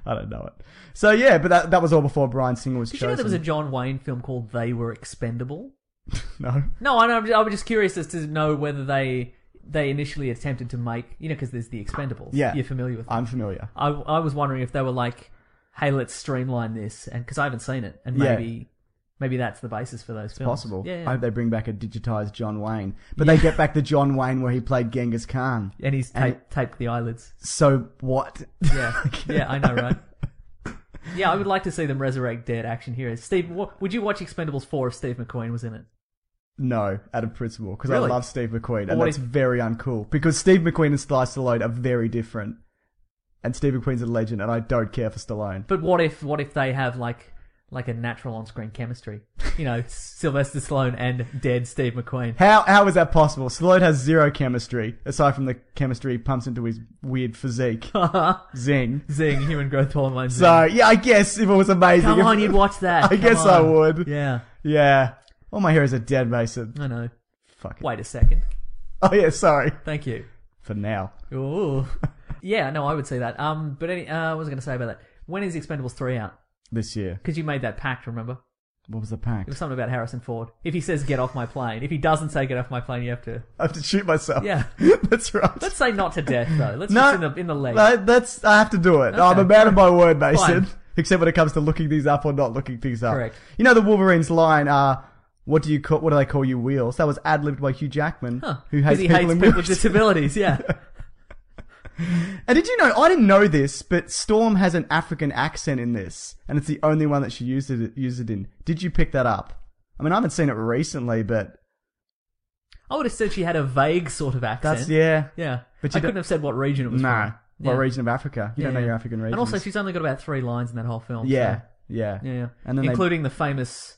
I don't know it. So yeah, but that, that was all before Brian Singer was
you know
chosen.
there was a John Wayne film called They Were Expendable?
[LAUGHS] no.
No, I know. I was just curious as to know whether they they initially attempted to make you know because there's the Expendables.
Yeah.
you're familiar with. Them.
I'm familiar.
I I was wondering if they were like, hey, let's streamline this, and because I haven't seen it, and
Yeah.
maybe maybe that's the basis for those films.
Possible.
Yeah.
I
yeah.
hope they bring back a digitized John Wayne. But they get back the John Wayne where he played Genghis Khan.
and he's
And-
taped, taped the eyelids.
So what? [LAUGHS]
Yeah, yeah, I know, right? Yeah, I would like to see them resurrect dead action heroes. Steve, wha would you watch Expendables four if Steve McQueen was in it?
No, out of principle, because
Really?
I love Steve McQueen, and
What
that's
if-
very uncool. Because Steve McQueen and Sly Stallone are very different, and Steve McQueen's a legend, and I don't care for Stallone.
But what if what if they have like like a natural on screen chemistry? [LAUGHS] You know, Sylvester Stallone and dead Steve McQueen. [LAUGHS]
How how is that possible? Stallone has zero chemistry aside from the chemistry he pumps into his weird
[LAUGHS]
physique. Zing.
Zing, human growth hormone. Zing.
So yeah, I guess if it was amazing,
Come
if-
on, you'd
[LAUGHS]
watch that.
I
Come
guess I
on.
would.
Yeah,
Yeah. All my heroes are dead, Mason.
I know.
Fuck it.
Wait a second.
Oh yeah, sorry.
Thank you.
For now. [LAUGHS]
Ooh. Yeah, no, I would say that. Um, but any, uh, what was I going to say about that? When is Expendables three out?
This year.
Because you made that pact, remember?
What was the
It was
pact?
something about Harrison Ford. If he says "get off my plane," if he doesn't say "get off my plane," you have to.
I have to shoot myself.
Yeah.
[LAUGHS] That's right.
Let's say not to death though. Let's
No.
just in the in the leg.
That- that's I have to do it. I'm a
Okay.
man of my word, Mason.
Fine.
[LAUGHS] Except when it comes to looking these up or not looking things up.
Correct.
You know the Wolverine's line. Uh, what do you call? What do they call you? Wheels. That was ad libbed by Hugh Jackman,
Huh.
who
'Cause
hates
he
people
hates
in
people with
[LAUGHS] wheelchairs.
disabilities. Yeah.
and did you know? I didn't know this, but Storm has an African accent in this, and it's the only one that she used it used it in. Did you pick that up? I mean, I haven't seen it recently, but
I would have said she had a vague sort of accent.
that's yeah.
Yeah.
But
But
you
I
don't-
couldn't have said what region it was
Nah.
from.
What
Yeah.
region of Africa? You don't
Yeah.
know your African region.
And also, she's only got about three lines in that whole film. so-
yeah, yeah,
Yeah. yeah.
And then they-
Including the famous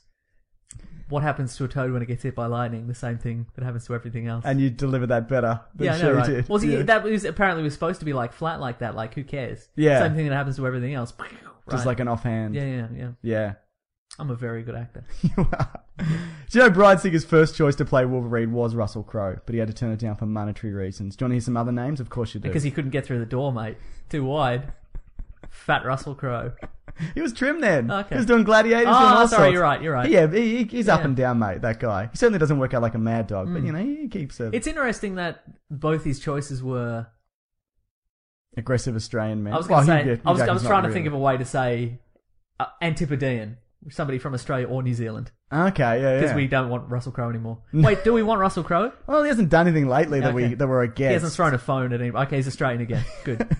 What happens to a toad when it gets hit by lightning? The same thing that happens to everything else.
and you delivered that better than
yeah, I
she
know, right?
did.
Was he,
Yeah.
that was apparently was supposed to be like flat like that, like who cares?
Yeah.
Same thing that happens to everything else. [LAUGHS]
just like an offhand.
Yeah, yeah, yeah.
yeah. [LAUGHS]
I'm a very good actor.
You are. Do you know Brian Singer's first choice to play Wolverine was Russell Crowe, but he had to turn it down for monetary reasons. Do you want to hear some other names? Of course you do.
Because he couldn't get through the door, mate. Too wide. Fat Russell Crowe.
He was trim then.
Okay.
He was doing gladiators.
Oh,
doing all
sorry,
sorts.
you're right, you're right.
Yeah, he, he- he's up
Yeah. Hmm.
and down, mate. That guy. He certainly doesn't work out like a mad dog, but you know he keeps a
It's interesting that both his choices were.
aggressive Australian man.
I was going to
Well, he
say.
did-
I was, I
Jackie's
was
not
trying to
really.
think of a way to say uh, Antipodean, somebody from Australia or New Zealand, [LAUGHS]
Okay, yeah,
because
yeah.
we don't want Russell Crowe
[LAUGHS]
anymore. Wait, do we want Russell Crowe?
Well, he hasn't done anything lately that we
Okay.
that we're against.
He hasn't thrown a phone at anybody. Okay, he's Australian
[LAUGHS]
again. Good.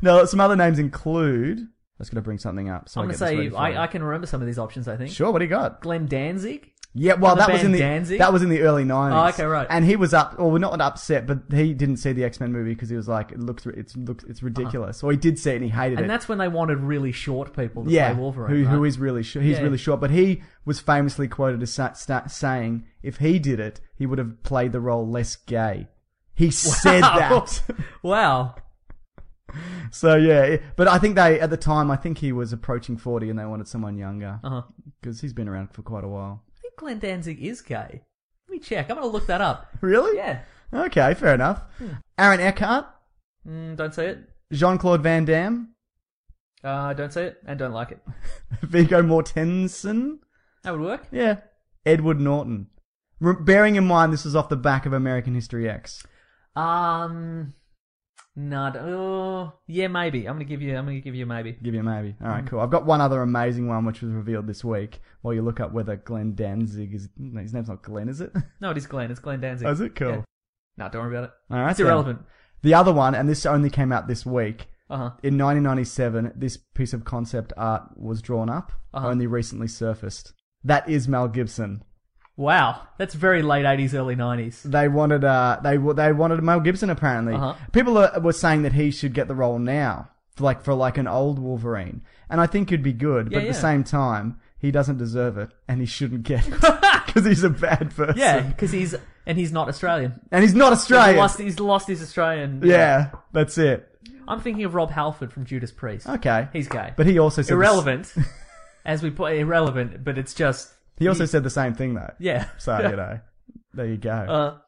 No, some other names include. I was going to bring something up. So
I'm
I
going to
get this ready
say
for you.
I, I can remember some of these options. I think.
Sure, what do you got?
Glenn Danzig.
Yeah, well,
From the
that was
band
in the
Danzig?
that was in the early nineties.
Oh, okay, right.
And he was up, well, not upset, but he didn't see the X Men movie because he was like, it looks, it's looks, it's ridiculous. Or he did see it and he hated it.
Uh-huh. And that's when they wanted really short people to
yeah,
play Wolverine.
who who
right?
is really short? He's
Yeah.
really short, but he was famously quoted as sa- sta- saying, "If he did it, he would have played the role less gay." He said that. [LAUGHS]
wow.
So yeah, it- but I think they at the time I think he was approaching forty and they wanted someone younger
Uh huh.
because he's been around for quite a while.
I think Glenn Danzig is gay. Let me check. I'm going to look that up.
[LAUGHS] Really?
Yeah.
Okay, fair enough. Aaron Eckhart,
Mm, don't say it.
Jean Claude Van Damme, [LAUGHS]
Uh, don't say it. And don't like it.
Vigo Mortensen,
That would work.
yeah, Edward Norton. Re- bearing in mind this is off the back of American History X.
Um, not. Oh, yeah, maybe. I'm going to give you. I'm going to give you a maybe.
Give you a maybe. All right, cool. I've got one other amazing one which was revealed this week. While you look up whether Glenn Danzig is no, his name's not Glenn, is it?
No, it is Glenn. It's Glenn Danzig.
[LAUGHS] Oh, is it cool?
Yeah. No, don't worry about it.
All right,
it's
then.
irrelevant.
The other one, and this only came out this week,
Uh huh.
In 1997, this piece of concept art was drawn up,
Uh-huh.
only recently surfaced. That is Mel Gibson.
Wow, that's very late '80s, early '90s.
They wanted, uh, they wa- they wanted Mel Gibson apparently.
Uh-huh.
People are, were saying that he should get the role now, for like for like an old Wolverine, and I think he'd be good.
Yeah,
but at
yeah.
the same time, he doesn't deserve it, and he shouldn't get it [LAUGHS] because he's a bad
[LAUGHS]
person.
Yeah, because he's and he's not Australian.
and he's not
He's
Australian.
lost, he's lost his Australian.
yeah, that's it.
I'm thinking of Rob Halford from Judas Priest.
Okay,
He's gay.
but he also said the s-
irrelevant, as we put irrelevant, but it's just
He also said the same thing though.
yeah.
So
[LAUGHS]
you know, there you go.
Uh,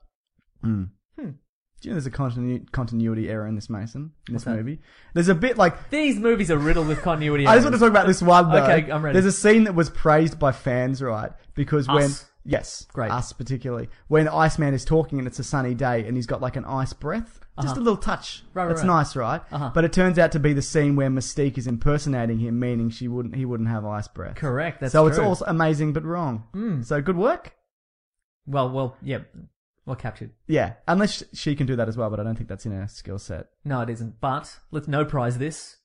Do you know there's a continu- continuity error in this Mason in
What's
this
that?
movie? There's a bit like
these movies are riddled with continuity.
I just want to talk about this one though.
Okay, I'm ready.
There's a scene that was praised by fans, right? Because when
Us.
yes,
Great.
us particularly when Iceman is talking and it's a sunny day and he's got like an ice breath, just a little touch.
Uh-huh. Right, right,
It's
right.
nice, right?
Uh-huh.
But it turns out to be the scene where Mystique is impersonating him, meaning she wouldn't he wouldn't have ice breath.
Correct, that's
so it's
true. Hmm.
also amazing but wrong. So good work.
Well, well, yeah, well captured.
Yeah, unless she can do that as well, but I don't think that's in her skill set. [LAUGHS]
No, it isn't. But let's no prize this.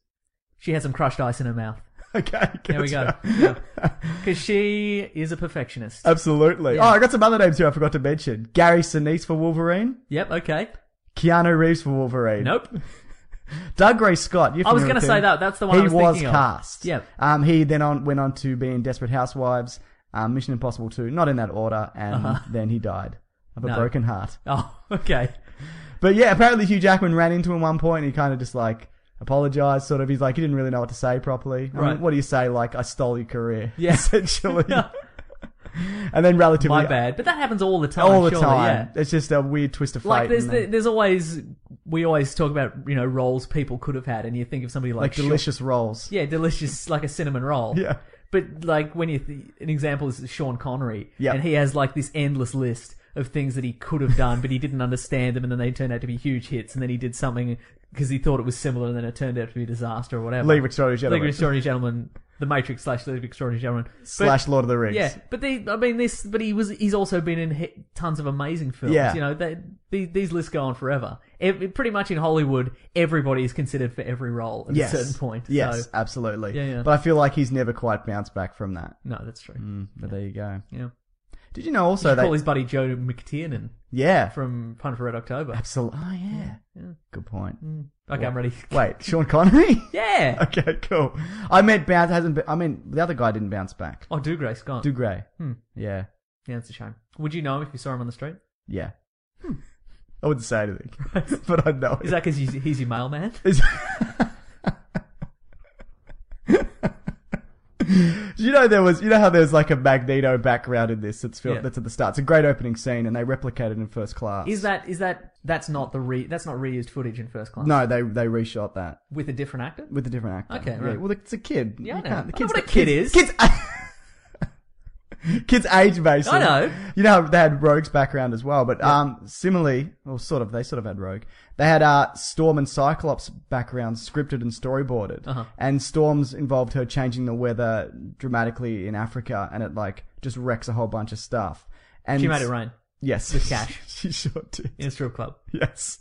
She has some crushed ice in her mouth
Okay,
There we
good
go.
stuff. [LAUGHS]
because she is a perfectionist.
Absolutely.
Yeah.
Oh, I got some other names here I forgot to mention. Gary Sinise for Wolverine.
yep. Okay.
Keanu Reeves for Wolverine.
Nope.
Doug Ray Scott. You're
I was
familiar
gonna
with
say
him.
that, that's the one
He
I was
was
thinking of.
cast.
Yep.
Um, he then on, went on to be in Desperate Housewives, um, Mission Impossible 2, not in that order, and then he died of a
Uh-huh. No.
broken heart.
Oh, [LAUGHS] okay.
But yeah, apparently Hugh Jackman ran into him one point and he kind of just like apologized, sort of. He's like, he didn't really know what to say properly. I
Right.
mean, what do you say? Like, I stole your career.
Yeah. [LAUGHS]
[LAUGHS] Essentially. and then relatively.
My bad. But that happens all the time.
all the
surely,
time.
Yeah.
It's just a weird twist of fate.
Like there's
and then-
the, there's always we always talk about you know roles people could have had, and you think of somebody like,
like
Shaw-
delicious rolls.
yeah, delicious like a cinnamon roll.
Yeah.
But like when you th- an example is Sean Connery,
Yeah.
and he has like this endless list of things that he could have done, but he didn't understand them, and then they turned out to be huge hits, and then he did something because he thought it was similar, and then it turned out to be a disaster or whatever.
League of Extraordinary
League of
Gentlemen.
Extraordinary Gentlemen, The Matrix slash League of Extraordinary Gentlemen But-
Slash Lord of the Rings.
Yeah, but they, I mean, this, but he was, he's also been in hit, tons of amazing films.
Yeah.
You know, they, these, these lists go on forever. Ev pretty much in Hollywood, everybody is considered for every role at
Yes.
a certain point.
Yes,
So,
absolutely.
Yeah, yeah.
But I feel like he's never quite bounced back from that. Mm,
no, that's true.
But there you go.
Yeah.
Did you know
So
also
call
that?
his buddy Joe McTiernan
[LAUGHS] Yeah.
from Pun for Red October.
Absolutely. Oh yeah. Good point.
Okay, I'm ready.
Wait, Sean Connery. [LAUGHS]
Yeah.
okay, cool. I meant bounce hasn't. Been, I mean the other guy didn't bounce back.
Oh, do Grace gone.
Do Gray.
Hmm.
Yeah.
Yeah, it's a shame. Would you know him if you saw him on the street?
Yeah. I wouldn't say anything, [LAUGHS] but I know.
Hmm. Is that because he's, he's your
[LAUGHS]
mailman?
Is- Do Do you know there was? You know how there's like a Magneto background in this? It's fil-
Yeah.
that's at the start. It's a great opening scene, and they replicated in first class.
Is that is that that's not the re that's not reused footage in first class?
No, they they reshot that
with a different actor.
with a different actor.
Okay,
Yeah,
right.
Well, it's a kid.
Yeah, I
You
know.
can't- the
I know
kid's-
what a kid
kids-
is.
Kids, [LAUGHS] kids age based.
I know.
You know they had Rogue's background as well, but um, similarly, well, sort of. They sort of had Rogue. They had uh, Storm and Cyclops backgrounds scripted and storyboarded,
Uh-huh.
and Storm's involved her changing the weather dramatically in Africa, and it like just wrecks a whole bunch of stuff. And
She made it rain
Yes,
with cash.
[LAUGHS] she sure did.
in a strip club.
[LAUGHS] Yes.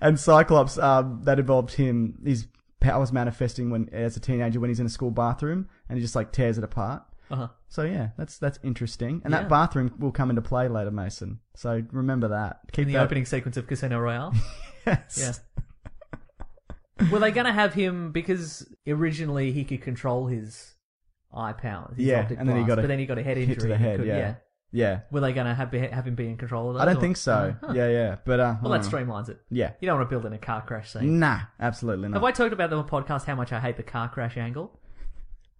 And Cyclops, um, that involved him, his powers manifesting when, as a teenager when he's in a school bathroom and he just like tears it apart.
Uh-huh.
So yeah, that's, that's interesting. And
Yeah.
that bathroom will come into play later, Mason. So remember that. Keep
In the
that-
opening sequence of Casino Royale.
[LAUGHS] Yes.
Yeah. Were they going to have him because originally he could control his eye powers? his
Yeah,
optic
and then he
blast,
got a
but then he got a head
hit to
injury.
the
and he
head,
couldn't-
yeah. Yeah.
Were they going to have, have him be in control of that?
I don't think so. Yeah, yeah. But, uh,
Uh-huh. Well, that
hmm.
streamlines it.
Yeah.
You don't want to build in a car crash scene.
Nah, absolutely not.
Have I talked about on the podcast how much I hate the car crash angle?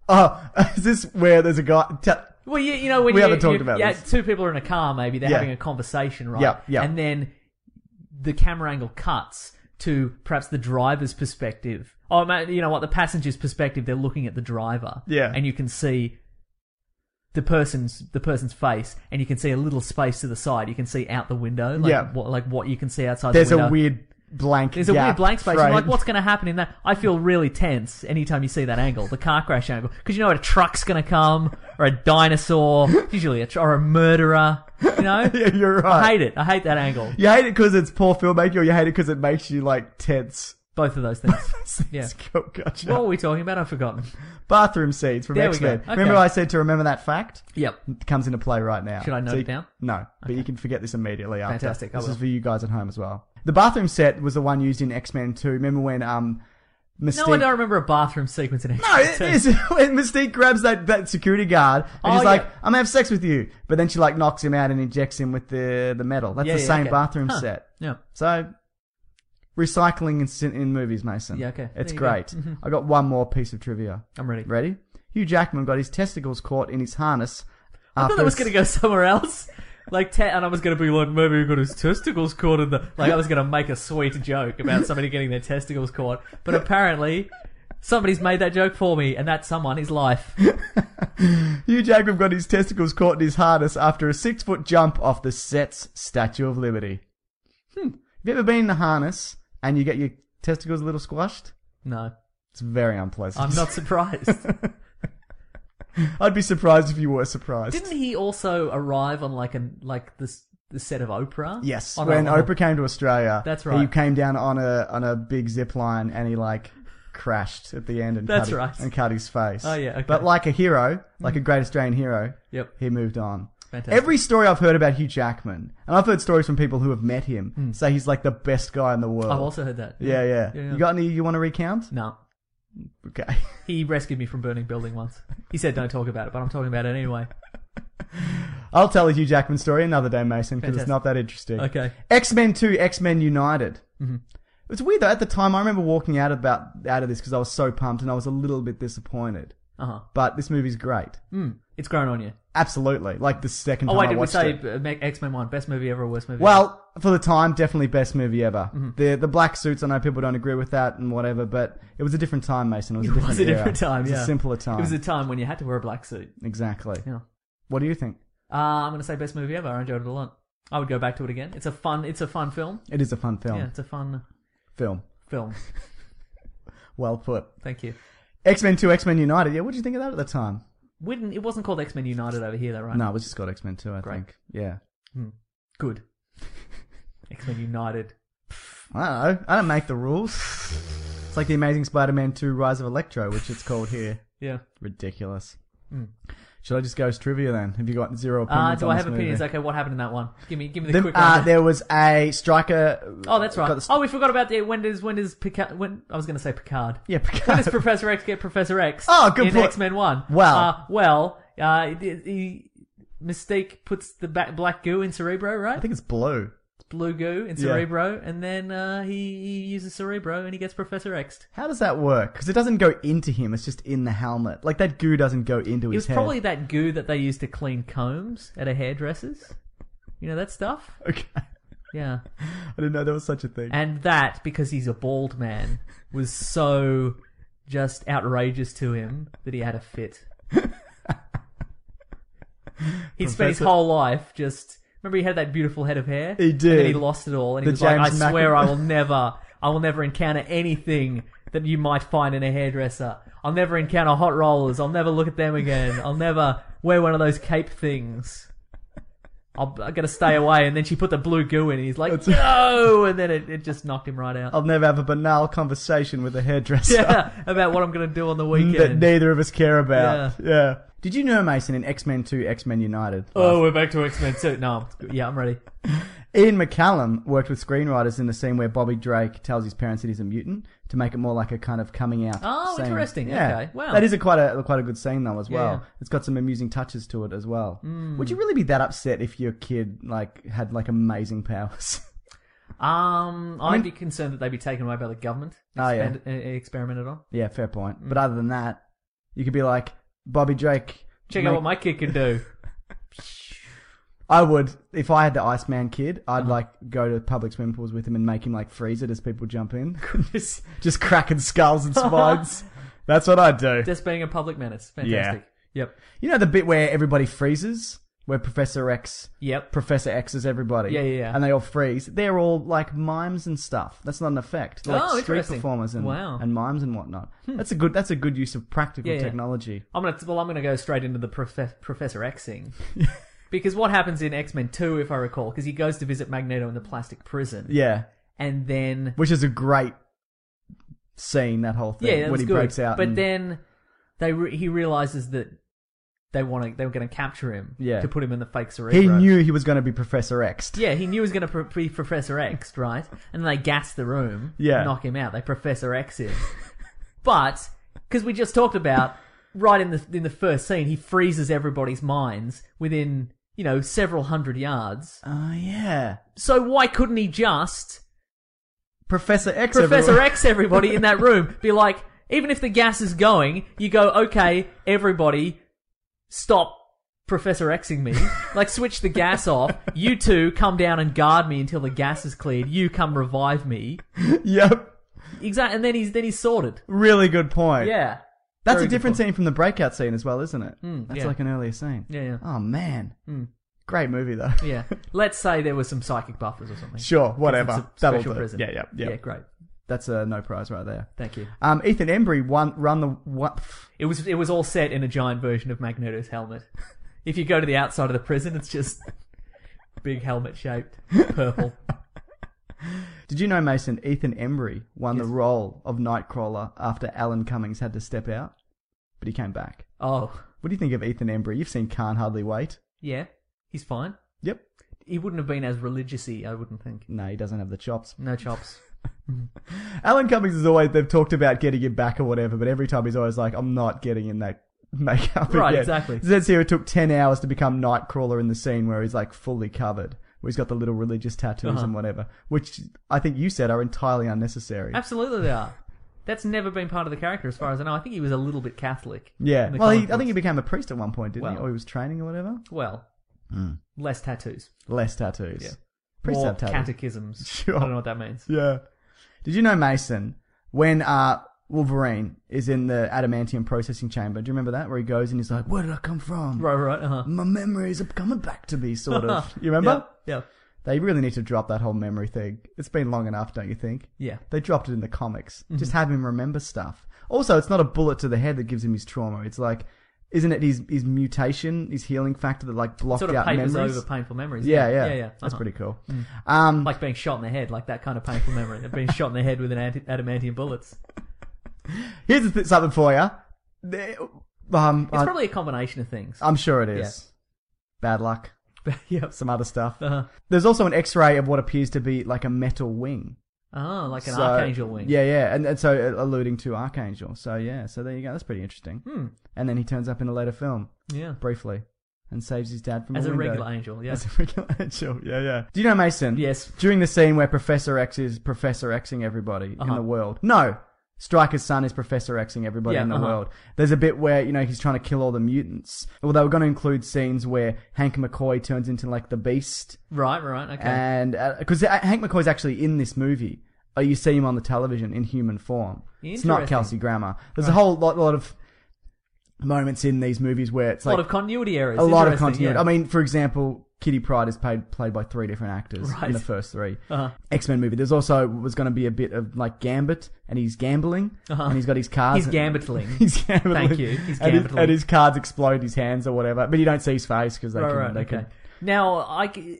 oh, [LAUGHS] is this where there's a guy? T-
Well, you, you know when
We
you,
haven't talked
you-
about
yeah,
this.
two people are in a car, maybe they're
Yeah.
having a conversation, right?
Yep, yep.
And then the camera angle cuts to perhaps the driver's perspective. Oh, man, you know what? The passenger's perspective. They're looking at the driver.
Yeah.
And you can see the person's the person's face, and you can see a little space to the side. You can see out the window. Like,
Yeah.
What, like what you can see outside.
there's
the
a
window.
weird blank.
There's a
gap
weird blank space. You're
frame.
like, what's going to happen in that? I feel really tense anytime you see that angle, the car crash angle, because you know a truck's going to come or a dinosaur, usually a tr- or a murderer. You know,
[LAUGHS] [LAUGHS] Yeah, you're right.
I hate it. I hate that angle.
You hate it because it's poor filmmaking, or you hate it because it makes you like tense.
Both of those
[LAUGHS]
things. yeah.
Cool, gotcha.
What were we talking about? I've forgotten.
Bathroom scenes from
There we
X
go.
Men.
Okay.
Remember, I said to remember that fact.
Yep.
It comes into play right now.
Should I note
you-
it down?
No, but you can forget this immediately after.
Fantastic, I
This is
will.
for you guys at home as well. The bathroom set was the one used in X Men 2. Remember when um, Mystique?
No, I don't remember a bathroom sequence in X. [LAUGHS]
No, it is [LAUGHS] when Mystique grabs that, that security guard and
Oh,
he's like,
yeah.
"I'm gonna have sex with you," but then she like knocks him out and injects him with the the metal. That's
Yeah,
the
yeah,
same
okay.
bathroom
Huh.
set.
Yeah.
So, recycling in, cin- in movies, Mason.
Yeah, okay.
It's
There you go. [LAUGHS]
great. I got one more piece of trivia.
I'm ready.
Ready? Hugh Jackman got his testicles caught in his harness.
I thought
after
I was
a
going to
s-
go somewhere else. Like, te- and I was going to be like, maybe he got his testicles caught in the. Like, I was going to make a sweet joke about somebody getting their testicles caught, but apparently, somebody's made that joke for me, and that someone is life.
Hugh Jackman got his testicles caught in his harness after a six foot jump off the set's Statue of Liberty. Hmm. Have you ever been in a harness and you get your testicles a little squashed?
No,
It's very unpleasant.
I'm not surprised.
[LAUGHS] I'd be surprised if you were surprised.
Didn't he also arrive on like an like this the set of Oprah?
Yes,
On a-
when
on a-
Oprah came to Australia,
That's
He
right.
came down on a on a big zip line and he like crashed at the end and
That's
cut
right.
and cut his face.
Oh, yeah, okay.
but like a hero, like a great Australian hero,
Yep.
he moved on.
Fantastic.
Every story I've heard about Hugh Jackman, and I've heard stories from people who have met him, say he's like the best guy in the world.
I've also heard that. Mm.
yeah, yeah.
Oh, Yeah, yeah.
You got any you want to recount?
No.
Okay.
He rescued me from burning building once. He said, "Don't talk about it," but I'm talking about it anyway.
I'll tell a Hugh Jackman story another day, Mason, because it's
Fantastic.
not that interesting.
Okay. Mm-hmm.
X Men Two, X Men United. It's weird though. At the time, I remember walking out about out of this because I was so pumped and I was a little bit disappointed.
Uh huh.
But this movie's great.
It's grown on you.
Absolutely, like the second
Mm. Oh
time
wait,
I
did we
watched
say
it.
X Men One best movie ever or worst movie? ever?
Well, for the time, definitely best movie ever.
Mm-hmm.
The the black suits. I know people don't agree with that and whatever, but it was a different time, Mason. It was a
[LAUGHS] it was
different, [LAUGHS]
a
era.
different time.
It was
yeah.
a simpler time.
It was a time when you had to wear a black suit.
exactly.
Yeah.
What do you think?
Uh, I'm gonna say best movie ever. I enjoyed it a lot. I would go back to it again. It's a fun. It's a fun film.
It is a fun film.
Yeah, it's a fun
Film.
film.
Well put.
Thank you.
X Men Two, X Men United. Yeah, what did you think of that at the time?
We didn't, it wasn't called X Men United over here, though, right?
No, it was just got X Men Two. I
Great.
think. Yeah.
Good. X Men United.
I don't know. I don't make the rules. It's like the Amazing Spider-Man 2 Rise of Electro, which it's called here.
Yeah.
Ridiculous. Should I just go as trivia then? Have you got zero
Hmm. Uh,
opinions
do
on
I
this
have opinions?
movie?
Okay, what happened in that one? Give me, give me the,
The,
quick.
uh,
rundown.
there was a striker.
oh, that's right.
got the-
oh, we forgot about the when does when does Picard? When I was going to say Picard.
Yeah,
When does
Picard.
Professor X get Professor X?
Oh, good
In
point.
X Men One.
Well.
uh, well, uh, he, he- Mystique puts the ba- black goo in Cerebro, right?
I think it's blue.
blue goo in
Yeah.
Cerebro, and then uh, he, he uses Cerebro and he gets Professor X'd.
How does that work? Because it doesn't go into him; it's just in the helmet. Like that goo doesn't go into
It
his
was
head. [LAUGHS]
probably that goo that they used to clean combs at a hairdresser's. You know that stuff?
Okay, I
Yeah.
didn't know there was such a thing.
And that, because he's a bald man, was so just outrageous to him that he had a
[LAUGHS]
fit. He'd spent his
Professor-
whole life just. Remember, he had that beautiful head of hair.
He
And then he
did.
lost it all, and he
The
was like,
James
"I
Mac-
swear, I will never, I will never encounter anything that you might find in a hairdresser. I'll never encounter hot rollers. I'll never look at them again. I'll never wear one of those cape things." I'm, I'm gonna stay away. And then she put the blue goo in, and he's like,
[LAUGHS]
no! And then it, it just knocked him right out.
I'll never have a banal conversation with a
[LAUGHS]
hairdresser
Yeah, about what I'm gonna do on the
that
weekend.
neither of us care about. Yeah. Did you know Mason in X Men Two, X Men United?
oh, we're back to X Men 2. No, I'm, yeah, I'm ready.
Ian McCallum worked with screenwriters in the scene where Bobby Drake tells his parents that he's a mutant to make it more like a kind of coming out.
Oh,
scene.
interesting. Okay. Wow.
That is a quite a quite a good scene though as
Yeah,
well.
yeah. Hmm.
It's got some amusing touches to it as well. Would you really be that upset if your kid like had like amazing powers? [LAUGHS]
Um, I'd be concerned that they'd be taken away by the government.
Oh, yeah.
expend- uh, experimented on.
yeah, fair point.
Hmm.
But other than that, you could be like Bobby Drake.
Check
make-
out what my kid can
[LAUGHS]
do.
I would if I had the Iceman kid.
Uh-huh.
I'd like go to public swimming pools with him and make him like freeze it as people jump in, [LAUGHS] just just cracking skulls and
[LAUGHS]
spines. That's what I'd do.
Just being a public menace. Fantastic. Yep.
You know the bit where everybody freezes, where Professor X,
Yep.
Professor X is everybody.
Yeah, yeah, yeah.
And they all freeze. They're all like mimes and stuff. That's not an effect. They're, like
Oh,
street
interesting.
performers and
Wow. Hmm.
and mimes and whatnot. That's a good. That's a good use of practical
Yeah, yeah.
technology.
I'm gonna well, I'm gonna go straight into the prof- Professor Xing.
[LAUGHS]
because what happens in X Men 2, if I recall, because he goes to visit Magneto in the plastic prison,
Yeah,
and then
which is a great scene. That whole thing
yeah, that
when
was
he
good.
breaks out.
But
and-
then they re- he realizes that they want to they were going to capture him,
Yeah.
to put him in the fake cerebro.
he knew he was going to be Professor X.
Yeah, he knew he was going to be Professor X, right? And they gas the room,
Yeah.
knock him out. They Professor X him. but because we just talked about right in the in the first scene, he freezes everybody's minds within you know several hundred yards.
Oh yeah,
So why couldn't he just
Professor
[LAUGHS]
X.
Professor
everyone.
X everybody in that room be like, even if the gas is going, you go, okay, everybody, stop Professor Xing
[LAUGHS]
me. like, switch the gas off. You two come down and guard me until the gas is cleared. You come revive me.
[LAUGHS] yep.
Exactly. And then he's then he's sorted.
Really good point.
Yeah.
That's
Very
a
good
different
point. Hmm,
scene from the breakout scene as well, isn't it? That's
yeah.
like an earlier scene.
Yeah, yeah.
Oh man. Great movie though.
Yeah. Let's say there was some psychic buffers or something.
[LAUGHS] Sure,
It's
whatever.
a s-
That'll
special
do.
prison.
Yeah, yeah, yeah.
Yeah, great.
That's a no prize right there.
Thank you.
Um, Ethan Embry won run the what?
It was it was all set in a giant version of Magneto's helmet. [LAUGHS] If you go to the outside of the prison, it's just [LAUGHS] big helmet shaped,
[LAUGHS]
purple.
Did you know Mason? Ethan Embry won
Yes.
the role of Nightcrawler after Alan Cummings had to step out, but he came back.
Oh,
What do you think of Ethan Embry? You've seen Can't Hardly Wait.
yeah, he's fine.
Yep.
He wouldn't have been as religiousy, I wouldn't think.
No, he doesn't have the chops.
No
[LAUGHS]
chops.
Alan Cummings is always they've talked about getting him back or whatever, but every time he's always like, "I'm not getting in that makeup."
Right,
again.
exactly.
It says here it took ten hours to become Nightcrawler in the scene where he's like fully covered, where he's got the little religious tattoos
Uh-huh.
and whatever, which I think you said are entirely unnecessary.
Absolutely, they are. That's never been part of the character, as far as I know. I think he was a little bit Catholic.
Yeah.
in the
Well, he,
comic
I think he
books.
became a priest at one point, didn't he?
Well.
Or he was training or whatever.
well,
Hmm.
less tattoos,
Less tattoos.
Yeah.
Priests
more
have tattoos.
catechisms.
[LAUGHS] Sure.
I don't know what that means.
Yeah. Did you know Mason when uh Wolverine is in the adamantium processing chamber? Do you remember that where he goes and he's like, "Where did I come from?"
Right, right, uh
my memories are coming back to me, sort
huh. [LAUGHS]
of. You remember?
Yeah,
They really need to drop that whole memory thing. It's been long enough, don't you think?
yeah. Mm-hmm.
They dropped it in the comics. Just have him remember stuff. Also, it's not a bullet to the head that gives him his trauma. It's like, isn't it his, his mutation, his healing factor that like blocked
Sort of
out
papers
memories?
over painful memories.
yeah, yeah,
yeah. yeah.
That's
Uh-huh.
pretty cool. Um,
like being shot in the head, like that kind of painful memory. They've been shot in the head with an anti- adamantium bullets.
here's a th- something for you. Um,
It's
I-
probably a combination of things. [LAUGHS]
I'm sure it is. Bad luck.
yep.
Some other stuff.
Uh,
There's also an X-ray of what appears to be like a metal wing.
oh, like an
So-
archangel wing.
Yeah, yeah, and, and so uh, alluding to Archangel. So yeah, so there you go. That's pretty interesting.
Hmm.
And then he turns up in a later film
Yeah.
briefly and saves his dad from
As
a,
a
window.
regular angel, yeah.
As a regular [LAUGHS] angel, yeah, yeah. Do you know Mason?
Yes.
During the scene where Professor X is Professor Xing everybody in
Uh-huh.
the world. No. Striker's son is Professor Xing everybody
Yeah,
in the
uh-huh.
world. There's a bit where, you know, he's trying to kill all the mutants. Well, they were going to include scenes where Hank McCoy turns into like the beast
Right, right, okay.
and because Hank McCoy's actually in this movie. Oh, you see him on the television in human form. It's not
Interesting.
Kelsey Grammer. There's a whole lot, lot of moments in these movies where it's
a lot
like
of continuity errors.
a lot of
Interesting,
continuity.
yeah.
I mean, for example, Kitty Pride is played played by three different actors in
Right.
the first three
Uh-huh.
X Men movie. There's also was going to be a bit of like Gambit, and he's gambling,
Uh-huh.
and he's got his cards.
He's gambitling.
[LAUGHS] he's gambling.
Thank you. He's
And his,
gambitling.
and his cards explode his hands or whatever, but you don't see his face because they
right,
can.
right,
they
okay.
can.
Now, I, c-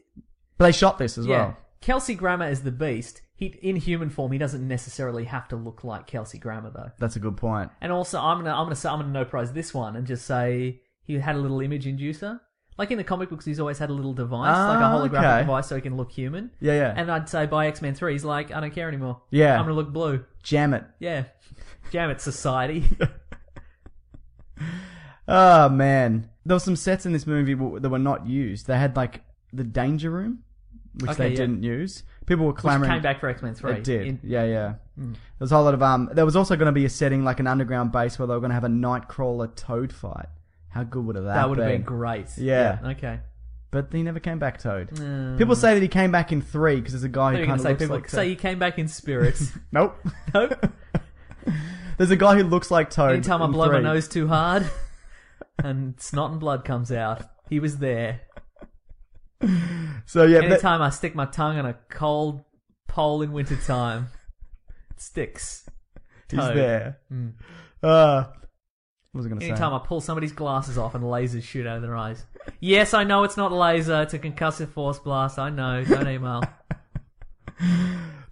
But they shot this as
yeah,
well.
Kelsey Grammer is the beast. He in human form, he doesn't necessarily have to look like Kelsey Grammer though.
That's a good point.
And also, I'm gonna I'm gonna say I'm gonna no prize this one and just say he had a little image inducer. Like in the comic books, he's always had a little device, like
Ah,
a holographic
okay.
device, so he can look human.
Yeah, yeah.
And I'd say by X Men Three, he's like, I don't care anymore.
Yeah.
I'm gonna look blue.
Jam it. [LAUGHS]
Yeah, damn it, society.
Oh man, there were some sets in this movie w- that were not used. They had like the danger room, which
Okay,
they
yeah.
didn't use. People were
Which
clamoring.
came back for X Men Three.
It did.
In- Hmm.
Yeah, yeah. There was a whole lot of um. There was also going to be a setting like an underground base where they were going to have a Nightcrawler Toad fight. How good would have that?
that would have been
been
great.
Yeah.
Okay.
But he never came back, Toad. People say that he came back in three because there's a guy
Who
who
are
kind
gonna
of
say
looks
people
like.
say
Toad.
he came back in
[LAUGHS]
spirits?
Nope.
nope.
[LAUGHS] there's a guy who looks like
[LAUGHS]
Toad.
Anytime I
in
blow my
three.
nose too
[LAUGHS]
hard and snot and blood comes out, he was there.
So yeah, but-
Anytime I stick my tongue on a cold pole in wintertime, it sticks.
he's
Toad.
there. Uh, what was I going to say?
Anytime I pull somebody's glasses off and lasers shoot out of their eyes. Yes, I know it's not a laser, it's a concussive force blast. I know, don't
[LAUGHS]
email.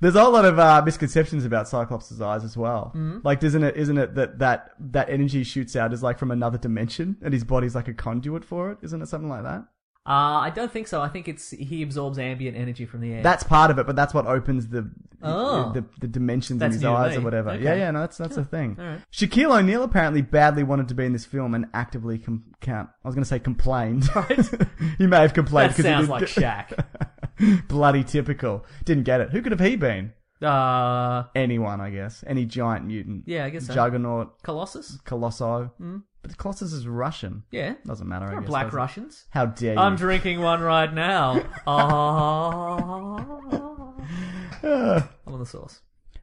There's a whole lot of uh, misconceptions about Cyclops' eyes as well. Like, isn't it isn't it that, that that energy shoots out is like from another dimension, and his body's like a conduit for it? Isn't it something like that?
Uh, I don't think so. I think it's he absorbs ambient energy from the air.
That's part of it, but that's what opens the
Oh.
the, the dimensions
That's
in his
new to
eyes
me.
or whatever.
Okay.
Yeah, yeah, no, that's that's a thing.
all right.
Shaquille O'Neal apparently badly wanted to be in this film and actively com- count. I was going to say complained.
Right.
[LAUGHS] he may have complained.
that
'cause he
sounds
didn't
like Shaq.
get- [LAUGHS] bloody typical. Didn't get it. Who could have he been? [LAUGHS]
Uh,
Anyone, I guess. Any giant mutant.
Yeah, I guess so.
Juggernaut.
Colossus?
Colosso. But Colossus is Russian.
Yeah.
Doesn't matter, I
Or
guess.
Black
does it?
Russians?
How dare you?
I'm drinking one right now.
[LAUGHS]
Ah. I'm on the
[LAUGHS]
sauce.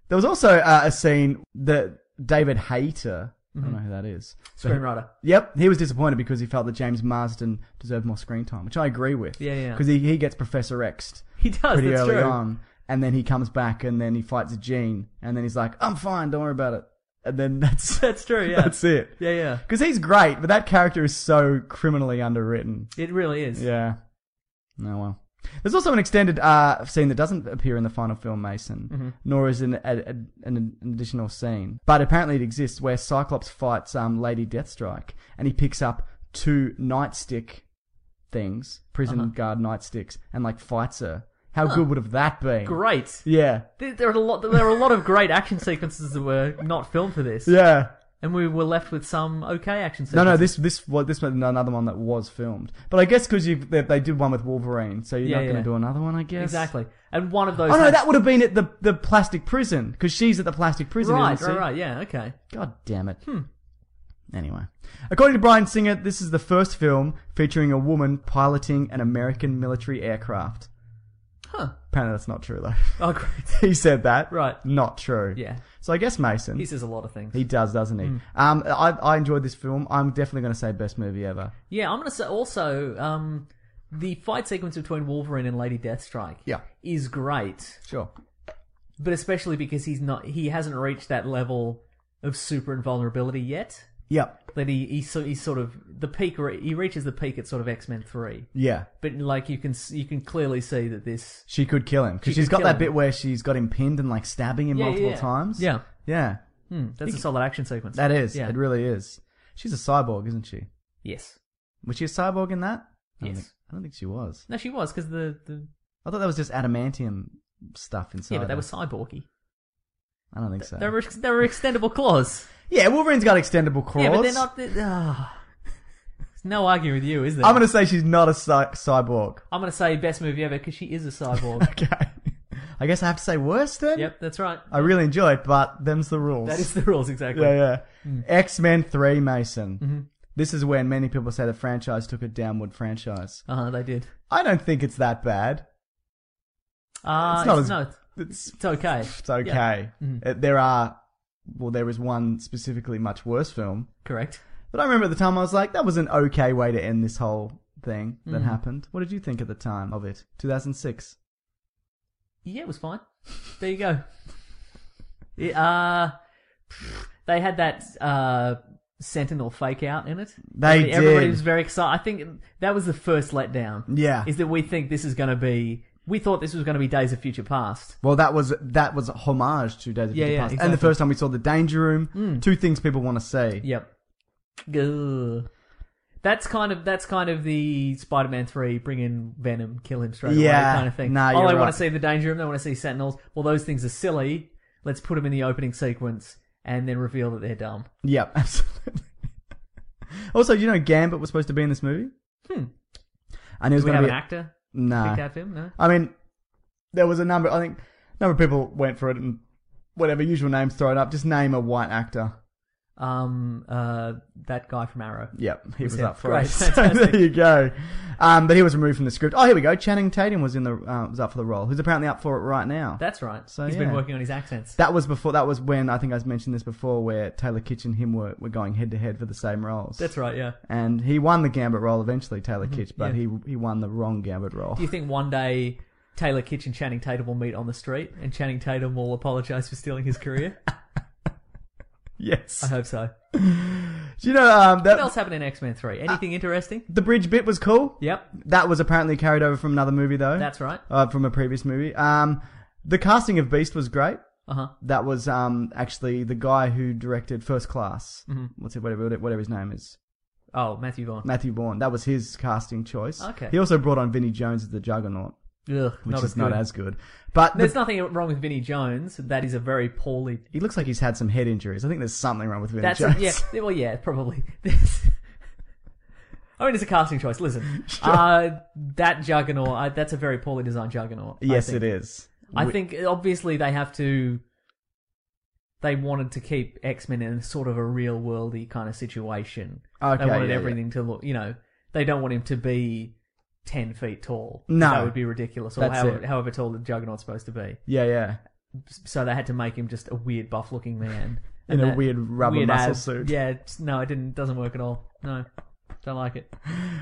there was also uh, a scene that David Hayter, I
Mm-hmm.
don't know who that is. but-
Screenwriter.
Yep, he was disappointed because he felt that James Marsden deserved more screen time, which I agree with.
Yeah, yeah.
Because he, he gets Professor X'd
He does.
pretty
that's
early
true.
on, and then he comes back and then he fights Jean, and then he's like, "I'm fine, don't worry about it," and then [LAUGHS]
[LAUGHS]
that's
That's true. Yeah.
that's it.
Yeah, yeah.
Because he's great, but that character is so criminally underwritten.
It really is.
Yeah. No well. There's also an extended uh, scene that doesn't appear in the final film, Mason, nor is an, a, a, an additional scene. But apparently it exists where Cyclops fights um, Lady Deathstrike and he picks up two nightstick things, prison guard nightsticks, and like fights her. How good would have that been?
Great.
Yeah.
There, there are a lot. There are a lot of great action sequences that were not filmed for this,
Yeah.
and we were left with some okay action sequences.
No, no. This, this, what, this was another one that was filmed. But I guess because you, they, they did one with Wolverine, so you're
Yeah,
not going to
yeah.
do another one, I guess.
exactly. And one of those.
Oh no,
had-
that would have been at the the plastic prison because she's at the plastic prison.
right,
isn't
right, Hmm.
she?
right. Yeah, okay.
God damn it. Anyway, according to Brian Singer, this is the first film featuring a woman piloting an American military aircraft.
Huh.
Apparently, that's not true though. [LAUGHS]
Oh, great. [LAUGHS]
he said that.
Right.
Not true.
Yeah.
So I guess Mason.
He says a Hmm. lot of things.
he does, doesn't he? Um, I, I enjoyed this film. I'm definitely going to say best movie ever.
Yeah, I'm gonna say also um, the fight sequence between Wolverine and Lady Deathstrike.
Yeah.
is great.
Sure.
but especially because he's not he hasn't reached that level of super invulnerability yet
Yep.
that he he, so, he's sort of the peak or he reaches the peak at sort of x-men 3
Yeah.
but like you can s- you can clearly see that this
She could kill him because
She
she has
could
got
kill
that
him.
bit where she's got him pinned and like stabbing him
Yeah, yeah,
multiple
yeah.
times.
Yeah.
Yeah.
hmm, that's a solid action sequence
That is.
yeah
It really is. She's a cyborg, isn't she?
yes
Was she a cyborg in that? I don't
Yes.
think- I don't think she was.
no she was because the, the
I thought that was just adamantium stuff inside.
yeah but they
her.
were cyborgy
I don't think so.
they were ex- they were extendable claws
Yeah, Wolverine's got extendable claws.
yeah but they're not they, ah. There's no arguing with you, is there?
I'm going to say she's not a cy- cyborg. [LAUGHS]
I'm gonna say best movie ever because she is a cyborg.
Okay. I guess I have to say worse then?
yep, that's right.
I really enjoy it, but them's the rules.
That is the rules exactly.
yeah, yeah.
Mm.
X Men 3, Mason.
Mm-hmm.
This is when many people say the franchise took a downward franchise.
Uh huh. They did.
I don't think it's that bad.
Uh,
It's not
it's-
as-
no,
It's,
it's okay.
it's okay.
Mm-hmm.
Uh, There are, well, there is one specifically much worse film.
Correct.
But I remember at the time I was like, that was an okay way to end this whole thing that
Mm-hmm.
happened. What did you think at the time of it? 2006.
Yeah, it was fine. There you go. Yeah, uh, they had that uh, Sentinel fake out in it.
They
Everybody- Everybody
did.
was very excited. I think that was the first letdown.
Yeah.
Is that we think this is going to be. We thought this was going to be Days of Future Past.
Well, that was that was a homage to Days of
Yeah,
Future
yeah,
Past, and
exactly. Mm.
the first time we saw the Danger Room. Two things people want to see.
Yep. Ugh. That's kind of that's kind of the Spider-Man three. Bring in Venom, kill him straight
Yeah.
away kind of thing.
Nah,
oh,
you're
they
right.
want to see the Danger Room. They want to see Sentinels. Well, those things are silly. Let's put them in the opening sequence and then reveal that they're dumb.
Yep, [LAUGHS] absolutely. also, you know, Gambit was supposed to be in this movie. Hmm. And he was
Do we
going to
have
be
an actor
Nah.
picked out for him? No.
I mean, there was a number. I think a number of people went for it and whatever usual names thrown up. Just name a white actor.
Um, uh, that guy from Arrow.
Yep, he was,
Was him.
up for
Great,
it. [LAUGHS] So
fantastic.
there you go. Um, but he was removed from the script. Oh, here we go. Channing Tatum was in the uh, was up for the role. Who's apparently up for it right now.
That's right.
So,
So, been
yeah.
working on his accents.
That was before. That was when I think I mentioned this before, where Taylor Kitsch and him were, were going head to head for the same roles.
That's right. Yeah.
And he won the Gambit role eventually, Taylor Kitsch, but
Mm-hmm. yeah.
he he won the wrong Gambit role.
Do you think one day Taylor Kitsch and Channing Tatum will meet on the street and Channing Tatum will apologize for stealing his
[LAUGHS]
career? I
[LAUGHS] yes.
hope so.
Do you know um,
What else
that Ah.
happened in X Men Three? Anything interesting?
the bridge bit was cool?
Yep.
That was apparently carried over from another movie though.
That's right.
Uh, from a previous movie. Um, the casting of Beast was great.
Uh huh.
That was um actually the guy who directed First Class.
Mm-hmm.
What's it? Whatever whatever his name is.
Oh, Matthew Vaughn.
Matthew Bourne. That was his casting choice.
Okay.
He also brought on Vinnie Jones as the Juggernaut.
Ugh,
which
not
is
as
not
good.
as good. But
There's
the-
nothing wrong with Vinnie Jones. That is a very poorly.
he looks like he's had some head injuries. I think there's something wrong with Vinny
That's
Jones.
yeah. Well, yeah, probably. [LAUGHS] I mean, it's a casting choice.
[LAUGHS]
Listen, uh, that juggernaut. I, that's a very poorly designed juggernaut. I
[LAUGHS] yes,
think.
it is.
I think obviously they have to. They wanted to keep X Men in sort of a real worldy kind of situation.
Okay,
they wanted
yeah,
everything to look, you know, they don't want him to be ten feet tall.
No.
that would be ridiculous, or
That's
however,
it.
however tall the Juggernaut's supposed to be.
Yeah, yeah.
So they had to make him just a weird buff looking man
[LAUGHS] In
And
a
that
weird rubber muscle
abs-
suit.
Yeah, it's- no, it didn't. Doesn't work at all. No, don't like it.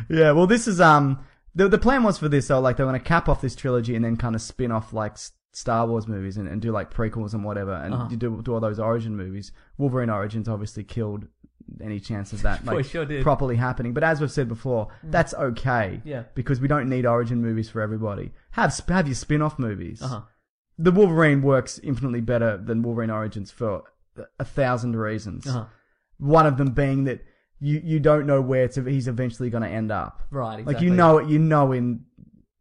Yeah, well, this is um the the plan was for this though, like they want to cap off this trilogy and then kind of spin off like S- Star Wars movies and, and do like prequels and whatever, and
Uh-huh.
you do do all those origin movies. Wolverine Origins obviously killed any chance of
[LAUGHS]
that
Boy,
like
sure did. Mm.
properly happening. But as we've said before, that's okay.
Yeah.
because we don't need origin movies for everybody. Have sp- have your spin off movies.
Uh-huh.
The Wolverine works infinitely better than Wolverine Origins for a- a thousand reasons.
Uh-huh.
One of them being that you you don't know where it's, he's eventually going to end up.
Right,
Like
exactly.
you know it. You know in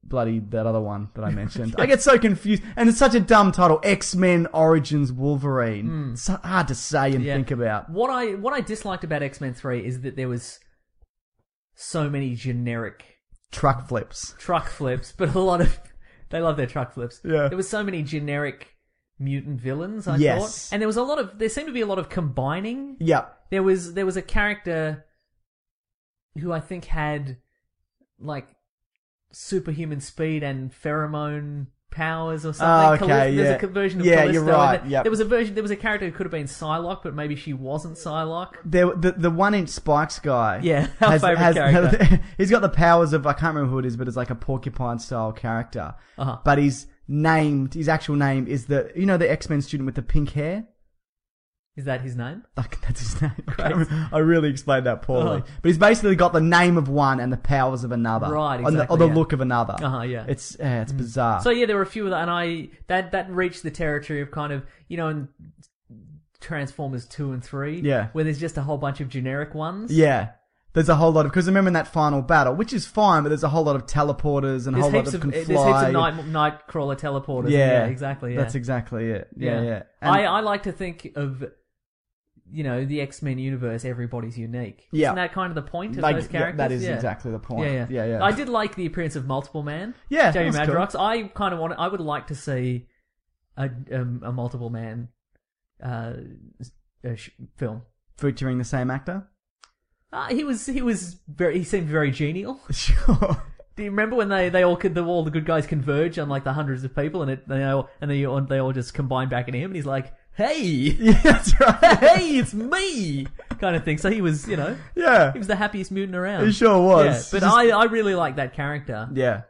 bloody that other one that I mentioned.
[LAUGHS]
I get so confused, and it's such a dumb title: X Men Origins Wolverine. It's so hard to say and
Hmm. Yeah.
think about.
What I what I disliked about X Men Three is that there was so many generic
Truck flips.
truck flips, [LAUGHS] but a lot of they love their truck flips.
Yeah.
There was so many generic mutant villains, I
Yes.
thought. And there was a lot of there seemed to be a lot of combining.
Yeah,
There was there was a character who I think had like superhuman speed and pheromone powers or something.
Oh, okay,
Callis- There's
yeah.
a co- version of
Yeah,
Callisto.
you're right,
and
yep.
There was a version there was a character who could have been Psylocke, but maybe she wasn't Psylocke.
there the the one inch spikes guy.
Yeah, [LAUGHS] our favourite
[LAUGHS]
character.
he's got the powers of I can't remember who it is, but it's like a porcupine style character.
Uh-huh.
But he's named. His actual name is the you know the X Men student with the pink hair.
Is that his name?
Like that's his name. [LAUGHS] I can't
Great.
remember- I really explained that poorly,
Uh-huh.
but he's basically got the name of one and the powers of another,
Right,
Or the-
exactly,
or the
yeah.
look of another.
Uh-huh, yeah.
it's uh, it's bizarre.
So yeah, there were a few of that, and I that that reached the territory of kind of you know in Transformers two and three,
Yeah.
where there's just a whole bunch of generic ones.
yeah, there's a whole lot of because remember in that final battle, which is fine, but there's a whole lot of teleporters and a
there's
whole
heaps of,
lot of
eh,
can
there's heaps
fly.
of night nightcrawler teleporters.
yeah,
exactly. Yeah.
That's exactly it. Yeah, yeah. And-
I I like to think of you know the X Men universe, everybody's unique.
Yeah.
isn't that kind of the point of
Like,
those
yeah,
characters?
that is
Yeah.
exactly the point.
Yeah, yeah,
Yeah, yeah.
I did like the appearance of Multiple Man.
Yeah,
Jamie
that was cool.
Madrox. I kind of want. I would like to see a um, a Multiple Man uh, s- uh, sh- film.
featuring the same actor. [LAUGHS]
Uh, he was he was very he seemed very genial.
Sure. [LAUGHS]
Do you remember when they, they all could the all the good guys converge on like the hundreds of people and it they all and they all, they all just combine back at him and he's like, hey,
yeah, that's right.
[LAUGHS] hey, it's me, kind of thing. So he was you know
Yeah,
he was the happiest mutant around.
he sure
Yeah,
was.
but
Just-
I, I really like that character,
yeah,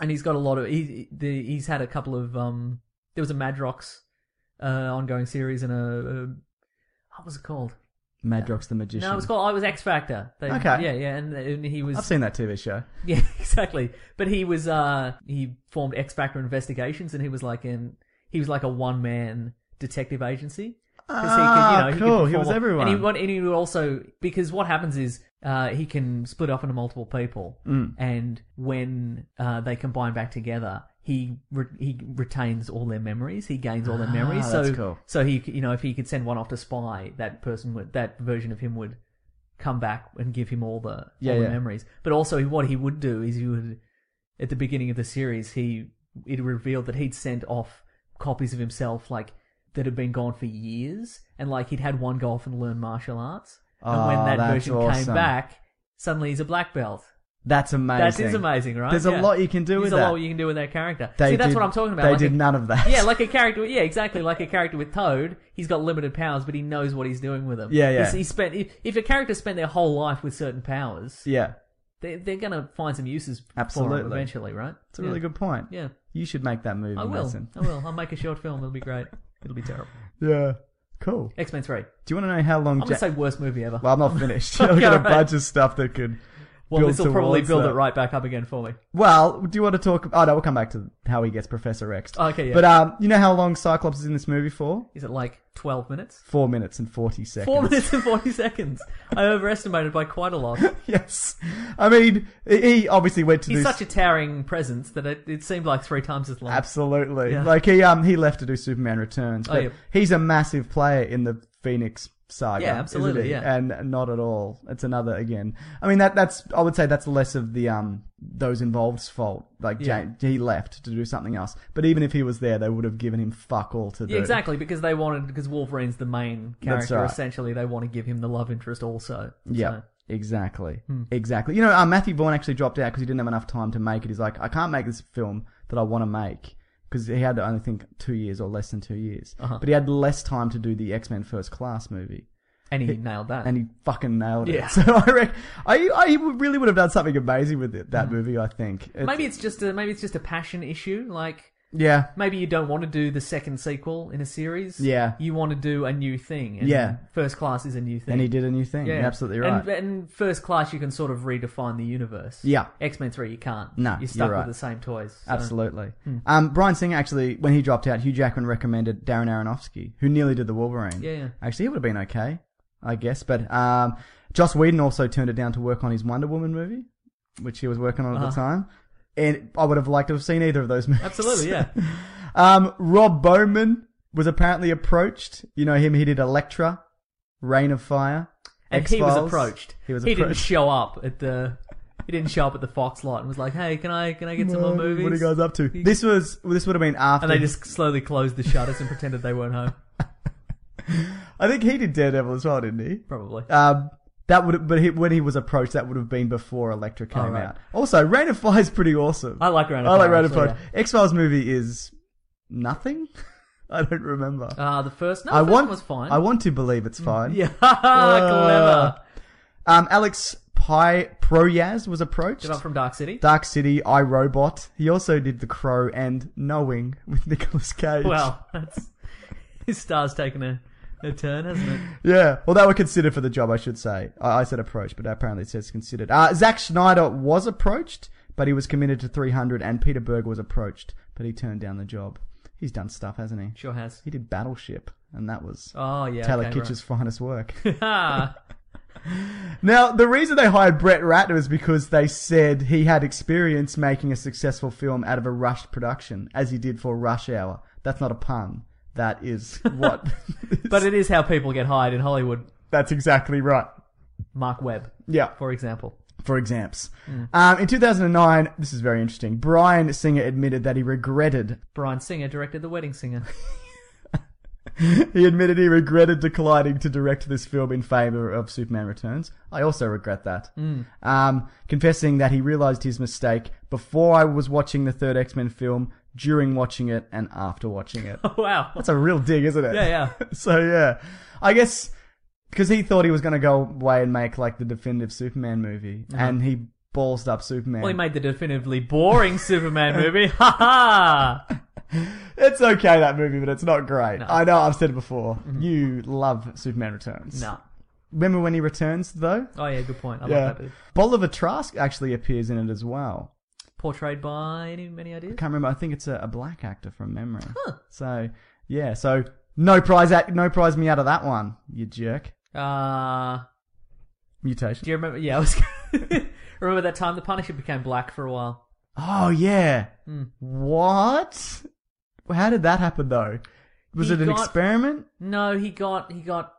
and he's got a lot of he the, he's had a couple of um there was a Madrox uh, ongoing series and a, a what was it called?
Madrox the magician.
No, it was called I was X Factor. They-
Okay.
yeah, yeah, and, and he was
I've seen that TV show.
[LAUGHS] Yeah, exactly. But he was uh he formed X Factor Investigations, and he was like in he was like a one man detective agency. 'Cause
Ah, cool.
perform
He was
all-
everyone.
And he, went- and he would also because what happens is uh he can split off into multiple people,
Mm.
and when uh they combine back together. He re- he retains all their memories. He gains all their memories. so
Ah, that's cool.
so he c- you know if he could send one off to spy, that person would that version of him would come back and give him all the
Yeah,
all the
yeah.
memories. But also, what he would do is he would, at the beginning of the series, he it revealed that he'd sent off copies of himself like that had been gone for years, and like he'd had one go off and learn martial arts, and
Oh,
when that
that's
version
awesome.
came back, suddenly he's a black belt.
That's amazing.
That is amazing, right?
There's a
Yeah.
lot you can do with
There's a
that.
lot you can do with that character.
They
See, that's
did-
what I'm talking about.
They
like
did
a-
none of that.
yeah, like a character. Yeah, exactly. Like a character with Toad, he's got limited powers, but he knows what he's doing with them.
Yeah, yeah.
He's- He spent if, if a character spent their whole life with certain powers,
[LAUGHS] yeah.
they, they're going to find some uses for them
Absolutely.
eventually, right?
It's a really
yeah.
good point.
Yeah,
You should make that movie.
I will.
Mason.
I will. I'll make a short film. It'll be
[LAUGHS]
great. It'll be terrible.
Yeah. Cool.
X Men Three.
Do you want to know how long?
I'm gonna
Ja-
say worst movie ever.
well,
[LAUGHS]
I'm not finished. I've
Okay,
got a
all right.
bunch of stuff that could.
Well,
build
this will probably
towards
build
that.
it right back up again for me.
Well, do you want to talk? Oh no, we'll come back to how he gets Professor X.
Okay, yeah.
But um, you know how long Cyclops is in this movie for?
Is it like 12 minutes?
Four minutes and forty seconds.
Four [LAUGHS] minutes and 40 seconds. I overestimated by quite a lot.
[LAUGHS] yes. I mean, he he obviously went to
He's
do
such a towering presence that it, it seemed like three times as long.
Absolutely.
Yeah.
Like he um he left to do Superman Returns,
Oh,
but
yeah.
he's a massive player in the Phoenix saga.
Yeah,
isn't
absolutely,
he?
yeah.
And not at all. It's another again. I mean that that's I would say that's less of the um those involved's fault. Like
Yeah.
Jane, he left to do something else. But even if he was there, they would have given him fuck all to do.
Yeah, exactly, because they wanted because Wolverine's the main
That's
character.
right.
Essentially, they want to give him the love interest also.
Yeah.
So- hmm.
Exactly. Exactly. You know, uh, Matthew Vaughn actually dropped out because he didn't have enough time to make it. He's like, I can't make this film that I want to make because he had, I only think, two years or less than two years.
Uh-huh.
But he had less time to do the X Men First Class movie,
and he nailed that.
and he fucking nailed it.
Yeah.
[LAUGHS] So I reckon I, I really would have done something amazing with it, that movie. I think. It's-
Hmm. maybe it's just a maybe it's just a passion issue. Like
Yeah.
maybe you don't want to do the second sequel in a series.
Yeah.
you want to do a new thing. And
Yeah.
first class is a new thing.
And he did a new thing. You're absolutely right.
And, and first class, you can sort of redefine the universe.
Yeah.
X Men Three, you can't.
No,
you're stuck
you're
with
right.
the same toys. so- hmm.
Absolutely. Um, Brian Singer actually, when he dropped out, Hugh Jackman recommended Darren Aronofsky, who nearly did the Wolverine.
Yeah, yeah.
Actually, it would have been okay, I guess. But um, Joss Whedon also turned it down to work on his Wonder Woman movie, which he was working on
Uh-huh.
at the time. And I would have liked to have seen either of those movies.
Absolutely, yeah.
[LAUGHS] Um, Rob Bowman was apparently approached. You know him. He did Elektra, Reign of Fire.
And he was
X-Files.
approached.
He was
didn't
approached.
show up at the. He didn't show up at the Fox lot and was like, "Hey, can I can I get some more
Uh,
movies?"
What are you guys up to? This was this would have been after.
And they just slowly closed the shutters and pretended they weren't home.
I think he did Daredevil as well, didn't he?
Probably.
Um, that would, but he, when he was approached, that would have been before Electra came
Oh, right.
out. Also, Rain of Fire is pretty awesome.
I like Rain of
I like
Fire,
Rain of
actually,
Fire. X Files movie is nothing. [LAUGHS] I don't remember.
Uh, the first. No,
I
the first
want.
one was fine. [LAUGHS] Mm,
I want to believe it's fine.
Yeah, clever.
Um, Alex Pi Proyas was approached.
Give up from Dark City.
Dark City, I Robot. He also did The Crow and Knowing with [LAUGHS] Nicolas Cage.
Well, that's his star's taken a, a turn, hasn't it?
Yeah, well, they were considered for the job, I should say. I, I said approached, but apparently it says considered. Uh, Zack Snyder was approached, but he was committed to 300, and Peter Berg was approached, but he turned down the job. He's done stuff, hasn't he?
Sure has.
He did Battleship, and that was
Oh yeah.
Taylor
okay,
Kitsch's
[LAUGHS]
finest work.
right. Ah,
now, the reason they hired Brett Ratner was because they said he had experience making a successful film out of a rushed production, as he did for Rush Hour. That's not a pun.
[LAUGHS]
That is what.
But it is how people get hired in Hollywood.
[LAUGHS] that's exactly right.
Mark Webb,
Yeah.
for example.
for examps. Um, in 2009, this is very interesting. Brian Singer admitted that he regretted. [LAUGHS]
Brian Singer directed The Wedding Singer. [LAUGHS]
He admitted he regretted declining to direct this film in favor of Superman Returns. I also regret that.
Mm.
Um, confessing that he realized his mistake before I was watching the third X Men film, during watching it, and after watching
[LAUGHS]
it.
wow.
That's a real dig, isn't it?
Yeah, yeah.
[LAUGHS] so yeah, I guess because he thought he was going to go away and make like the definitive Superman movie, and he ballsed up Superman.
Uh-huh. Well, he made the definitively boring [LAUGHS] Superman movie. Ha ha!
It's okay that movie, but it's not great. I know I've said it before. You love Superman Returns.
Mm-hmm. No.
Remember when he returns though?
Oh, yeah, good point. I
yeah.
love that bit.
Bolivar Trask actually appears in it as well.
Portrayed by any, many ideas?
I can't remember. I think it's a, a black actor from memory. So yeah. So no prize at no prize me out of that one. You jerk.
Uh,
Mutation.
do you remember? Yeah, I was. [LAUGHS] remember that time the Punisher became black for a while?
oh yeah.
Hmm.
What? How did that happen though? Was
He
it an
got-
experiment?
No, he got he got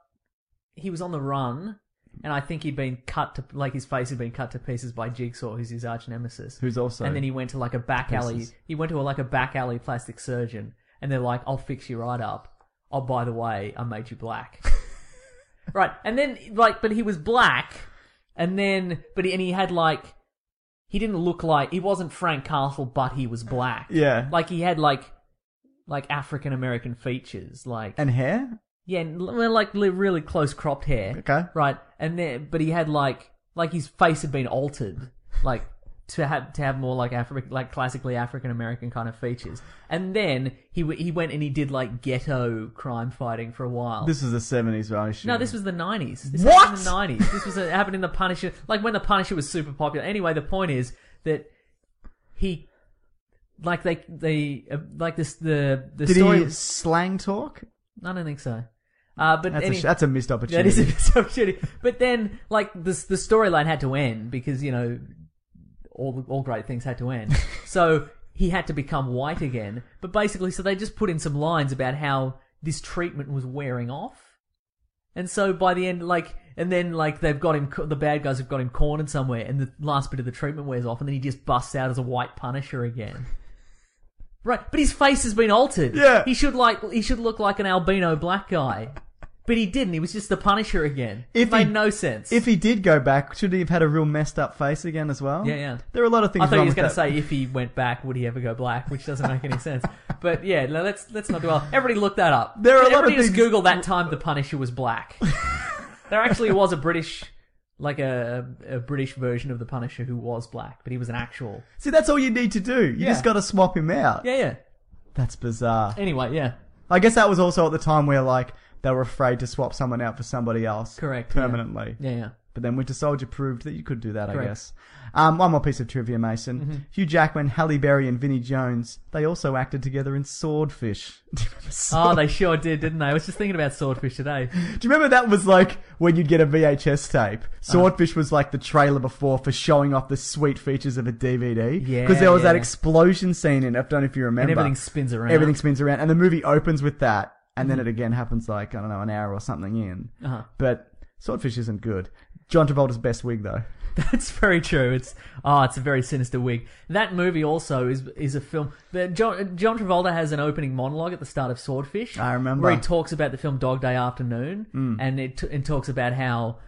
he was on the run, and I think he'd been cut to like his face had been cut to pieces by Jigsaw, who's his arch nemesis.
Who's also
and then he went to like a back alley.
Pieces.
He went to like a back alley plastic surgeon, and they're like, "I'll fix you right up." Oh, by the way, I made you
[LAUGHS]
black. right, and then like, but he was black, and then but he, and he had like. He didn't look like he wasn't Frank Castle, but he was black.
Yeah.
like he had like, like African American features, like
and hair.
yeah, and l- well, like li- really close cropped hair.
Okay.
Right, and then but he had like like his face had been altered, like to have to have more like African, like classically African American kind of features. And then he w- he went and he did like ghetto crime fighting for a while.
This was the seventies, right? I assume.
no, this was the nineties. This
What?
happened in the nineties. This was it happened in the Punisher, like when the Punisher was super popular. Anyway, the point is that he. Like they, they uh, like this the the
Did
story.
he slang talk?
I don't think so. Uh, but
That's,
any-
a, sh- that's a missed
that
opportunity.
is a missed opportunity. But then, like this, the storyline had to end because you know all all great things had to
[LAUGHS]
end. so he had to become white again. But basically, so they just put in some lines about how this treatment was wearing off, and so by the end, like. And then, like they've got him, co- the bad guys have got him cornered somewhere, and the last bit of the treatment wears off, and then he just busts out as a white Punisher
[LAUGHS]
again. Right, but his face has been altered.
Yeah.
he should like he should look like an albino black guy. But he didn't. He was just the Punisher again.
[LAUGHS] If
it made
he-
no sense.
if he did go back, should he have had a real messed up face again as well?
Yeah, yeah.
There are a lot of things.
I thought he
wrong
was
with
going to
that.
say if he went back, would he ever go black? Which doesn't make any sense. But yeah, no, let's let's not dwell. Everybody look that up.
There are a lot of
Everybody just
things-
Google that time the Punisher was
[LAUGHS]
black. there actually was a British, like a, a British version of the Punisher who was black, but he was an actual.
See, that's all you need to do. You just got to swap him out.
Yeah, yeah.
That's bizarre.
Anyway, yeah.
I guess that was also at the time where like they were afraid to swap someone out for somebody else.
Correct, yeah.
Permanently.
Yeah,
[LAUGHS]
yeah.
But then Winter Soldier proved that you could do that, I
Correct. Mm-hmm.
guess. Um, one more piece of trivia, Mason. Hugh Jackman, Halle Berry, and Vinnie Jones, they also acted together in Swordfish. [LAUGHS] Do you remember
Oh, they sure did, didn't they? I was just thinking about Swordfish today.
Do you remember that was like when you'd get a VHS tape?
Uh-huh.
Swordfish was like the trailer before for showing off the sweet features of a DVD.
Yeah,
Because there was that
yeah.
explosion scene in it. I don't know if you remember.
everything spins around. Mm-hmm.
Everything spins around. And the movie opens with that. And then it again happens like, I don't know, an hour or something in.
Uh-huh.
But Swordfish isn't good. John Travolta's best wig, though.
That's very true. It's oh, it's a very sinister wig. That movie also is is a film. The, John John Travolta has an opening monologue at the start of Swordfish.
I remember. Mm.
where he talks about the film Dog Day Afternoon, and it t- and talks about how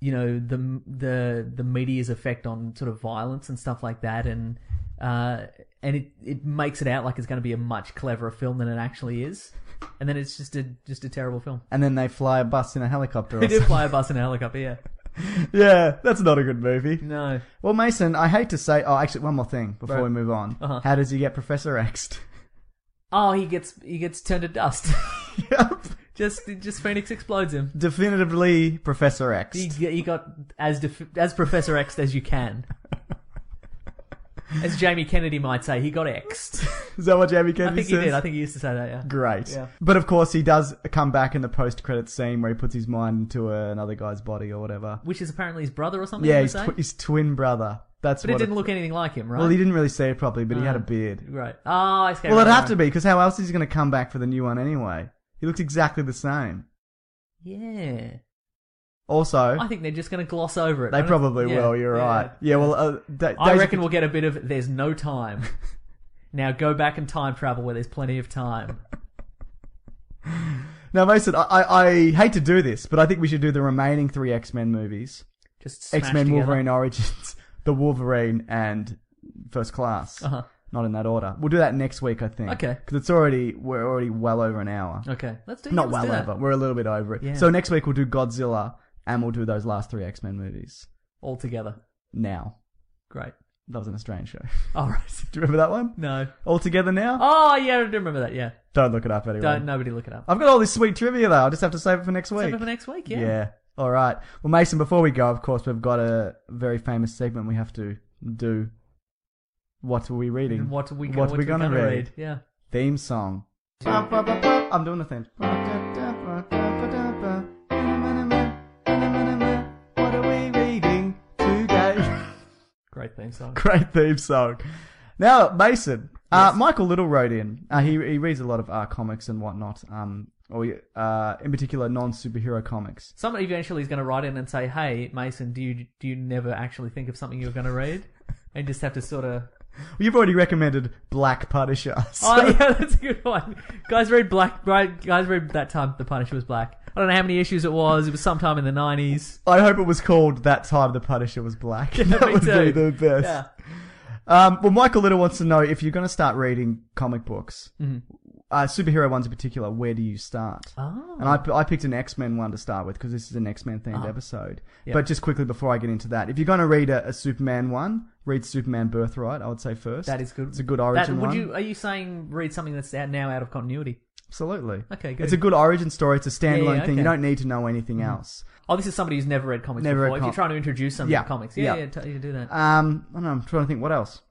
you know the the the media's effect on sort of violence and stuff like that, and uh, and it it makes it out like it's going to be a much cleverer film than it actually is, and then it's just a just a terrible film.
And then they fly a bus in a helicopter.
[LAUGHS]
Or
They did
[LAUGHS] something.
fly a bus and a helicopter. Yeah,
yeah, that's not a good movie.
no.
Well, Mason, I hate to say. Oh, actually, one more thing before
Right.
we move on.
Uh-huh.
How does he get Professor X'd? [LAUGHS]
Oh, he gets he gets turned to dust. [LAUGHS]
Yep.
just just Phoenix explodes him.
Definitively Professor X.
He, he got as def- as Professor X as you can. As Jamie Kennedy might say, he got X'd.
[LAUGHS] Is that what Jamie
I
Kennedy
think he
says?
did. I think he used to say that. Yeah.
Great.
Yeah.
But of course, he does come back in the post credit scene where he puts his mind into a, uh, another guy's body or whatever.
Which is apparently his brother or something.
Yeah,
you
his,
say?
tw- his twin brother. That's
But it
what
didn't look anything like him, right? Uh,
Well, he didn't really say it properly, but he had a beard.
Right. Oh, I see.
Well,
right,
it'd have
right.
to be because how else is he going to come back for the new one anyway? He looks exactly the same.
Yeah.
Also,
I think they're just going to gloss over it. I
they
don't-
probably
yeah,
will. You're
yeah.
right. Yeah. Well, uh, da-
I
Days
reckon
of-
we'll get a bit of there's no time.
[LAUGHS]
now go back and time travel where there's plenty of time.
Now, Mason, I, I, I hate to do this, but I think we should do the remaining three X Men movies:
Just
X Men, Wolverine Origins, [LAUGHS] The Wolverine, and First Class.
Uh huh.
Not in that order. We'll do that next week, I think.
Okay.
Because it's already we're already well over an hour.
Okay, let's do. yeah,
Not
let's
well
do that.
over. We're a little bit over it.
Yeah.
So next week we'll do Godzilla, and we'll do those last three X Men movies.
all together.
Now,
Great.
[LAUGHS] that was an Australian show. [LAUGHS]
All right.
do you remember that one?
No.
All together now.
Oh yeah, I do remember that. Yeah.
Don't look it up anyway.
Don't nobody look it up.
I've got all this sweet trivia though. I'll just have to save it for next week.
Save it for next week. Yeah.
All right. Well, Mason, before we go, of course, we've got a very famous segment we have to do. What are we reading?
And what are we gonna,
What
what
are
are
we gonna
read?
read?
Yeah.
Theme song. I'm doing the theme. What are we reading today? [LAUGHS]
Great theme song.
Great theme song. Now, Mason, uh, Michael Little wrote in. Uh, he he reads a lot of uh, comics and whatnot. Um, or uh, in particular, non superhero comics.
Someone eventually is going to write in and say, "Hey, Mason, do you do you never actually think of something you're going to read?" And just have to sort
[LAUGHS]
of.
You've already recommended Black Punisher. [LAUGHS] so-
Oh yeah, [LAUGHS] that's a good one. Guys read black. Right, guys read that time the Punisher was black. I don't know how many issues it was. It was sometime in the nineties.
I hope it was called That Time the Punisher Was Black. [LAUGHS] that
me
would
too.
be the best.
Yeah.
Um, well, Michael Little wants to know if you're going to start reading comic books,
Mm-hmm.
uh, superhero ones in particular, where do you start?
Oh.
And I, I picked an X Men one to start with because this is an X Men themed episode.
Ah. Yeah.
But just quickly before I get into that, if you're going to read a, a Superman one, read Superman Birthright, I would say first.
That is good.
It's a good origin
That, would
one.
you? Are you saying read something that's out now out of continuity?
Absolutely.
Okay, good.
It's a good origin story. It's a
yeah,
standalone thing. You
okay.
don't need to know anything else.
Oh, this is somebody who's never read comics
Never read
before.
com-
if you're trying to introduce them
Yeah.
to comics, yeah,
Yeah.
yeah, t- you do that. Uh,
Um, I don't know, I'm trying to think what else.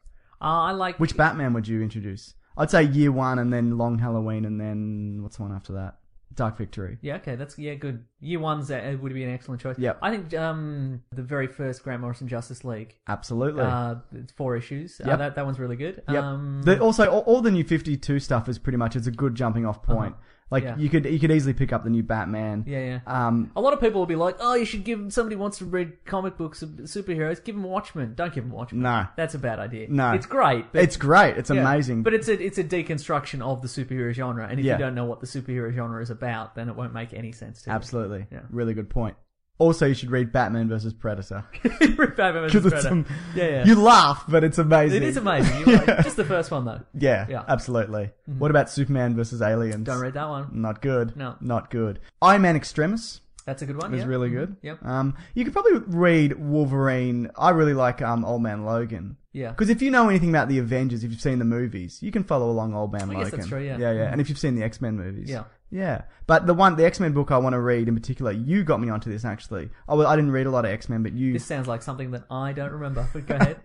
I like
Which Batman would you introduce? I'd say year one and then Long Halloween and then what's the one after that? Dark Victory.
Yeah, okay, that's yeah, good. Year one's uh, would be an excellent choice.
Yep.
I think um the very first Grant Morrison Justice League,
Absolutely.
uh, it's four issues. Uh,
Yep.
that that one's really good.
yep.
Um,
the, also, all, all the new Fifty Two stuff is pretty much it's a good jumping off point. Like
Uh-huh. Yeah.
you could you could easily pick up the new Batman.
yeah, yeah.
Um,
a lot of people will be like, "Oh, you should give somebody who wants to read comic books, of superheroes, give them Watchmen." Don't give them Watchmen.
No.
that's a bad idea.
No.
it's great. But
it's great. It's
Yeah.
amazing.
But it's a it's a deconstruction of the superhero genre, and if
Yeah.
you don't know what the superhero genre is about, then it won't make any sense to
absolutely
Yeah. [LAUGHS]
really good point. Also, you should read Batman versus Predator
you. Batman versus
[LAUGHS] because
[LAUGHS]
it's
Predator.
am-
yeah, yeah.
you laugh, but it's amazing.
it is amazing. You
[LAUGHS]
like, just the first one though.
Yeah,
Yeah. Mm-hmm.
absolutely. What about Superman versus Aliens?
Don't read that one.
Not good.
No.
not good. Iron Man Extremis.
That's a good one.
is
yeah.
really good.
Yep.
Um, you could probably read Wolverine. I really like um Old Man Logan.
Yeah.
Because if you know anything about the Avengers, if you've seen the movies, you can follow along Old Man
I
Logan.
guess that's true, yeah. Mm-hmm.
Yeah, yeah. And if you've seen the X Men movies.
Yeah.
Yeah. But the one, the X Men book I want to read in particular, you got me onto this actually. I, well, I didn't read a lot of X Men, but you
This sounds like something that I don't remember, but go
[LAUGHS]
ahead.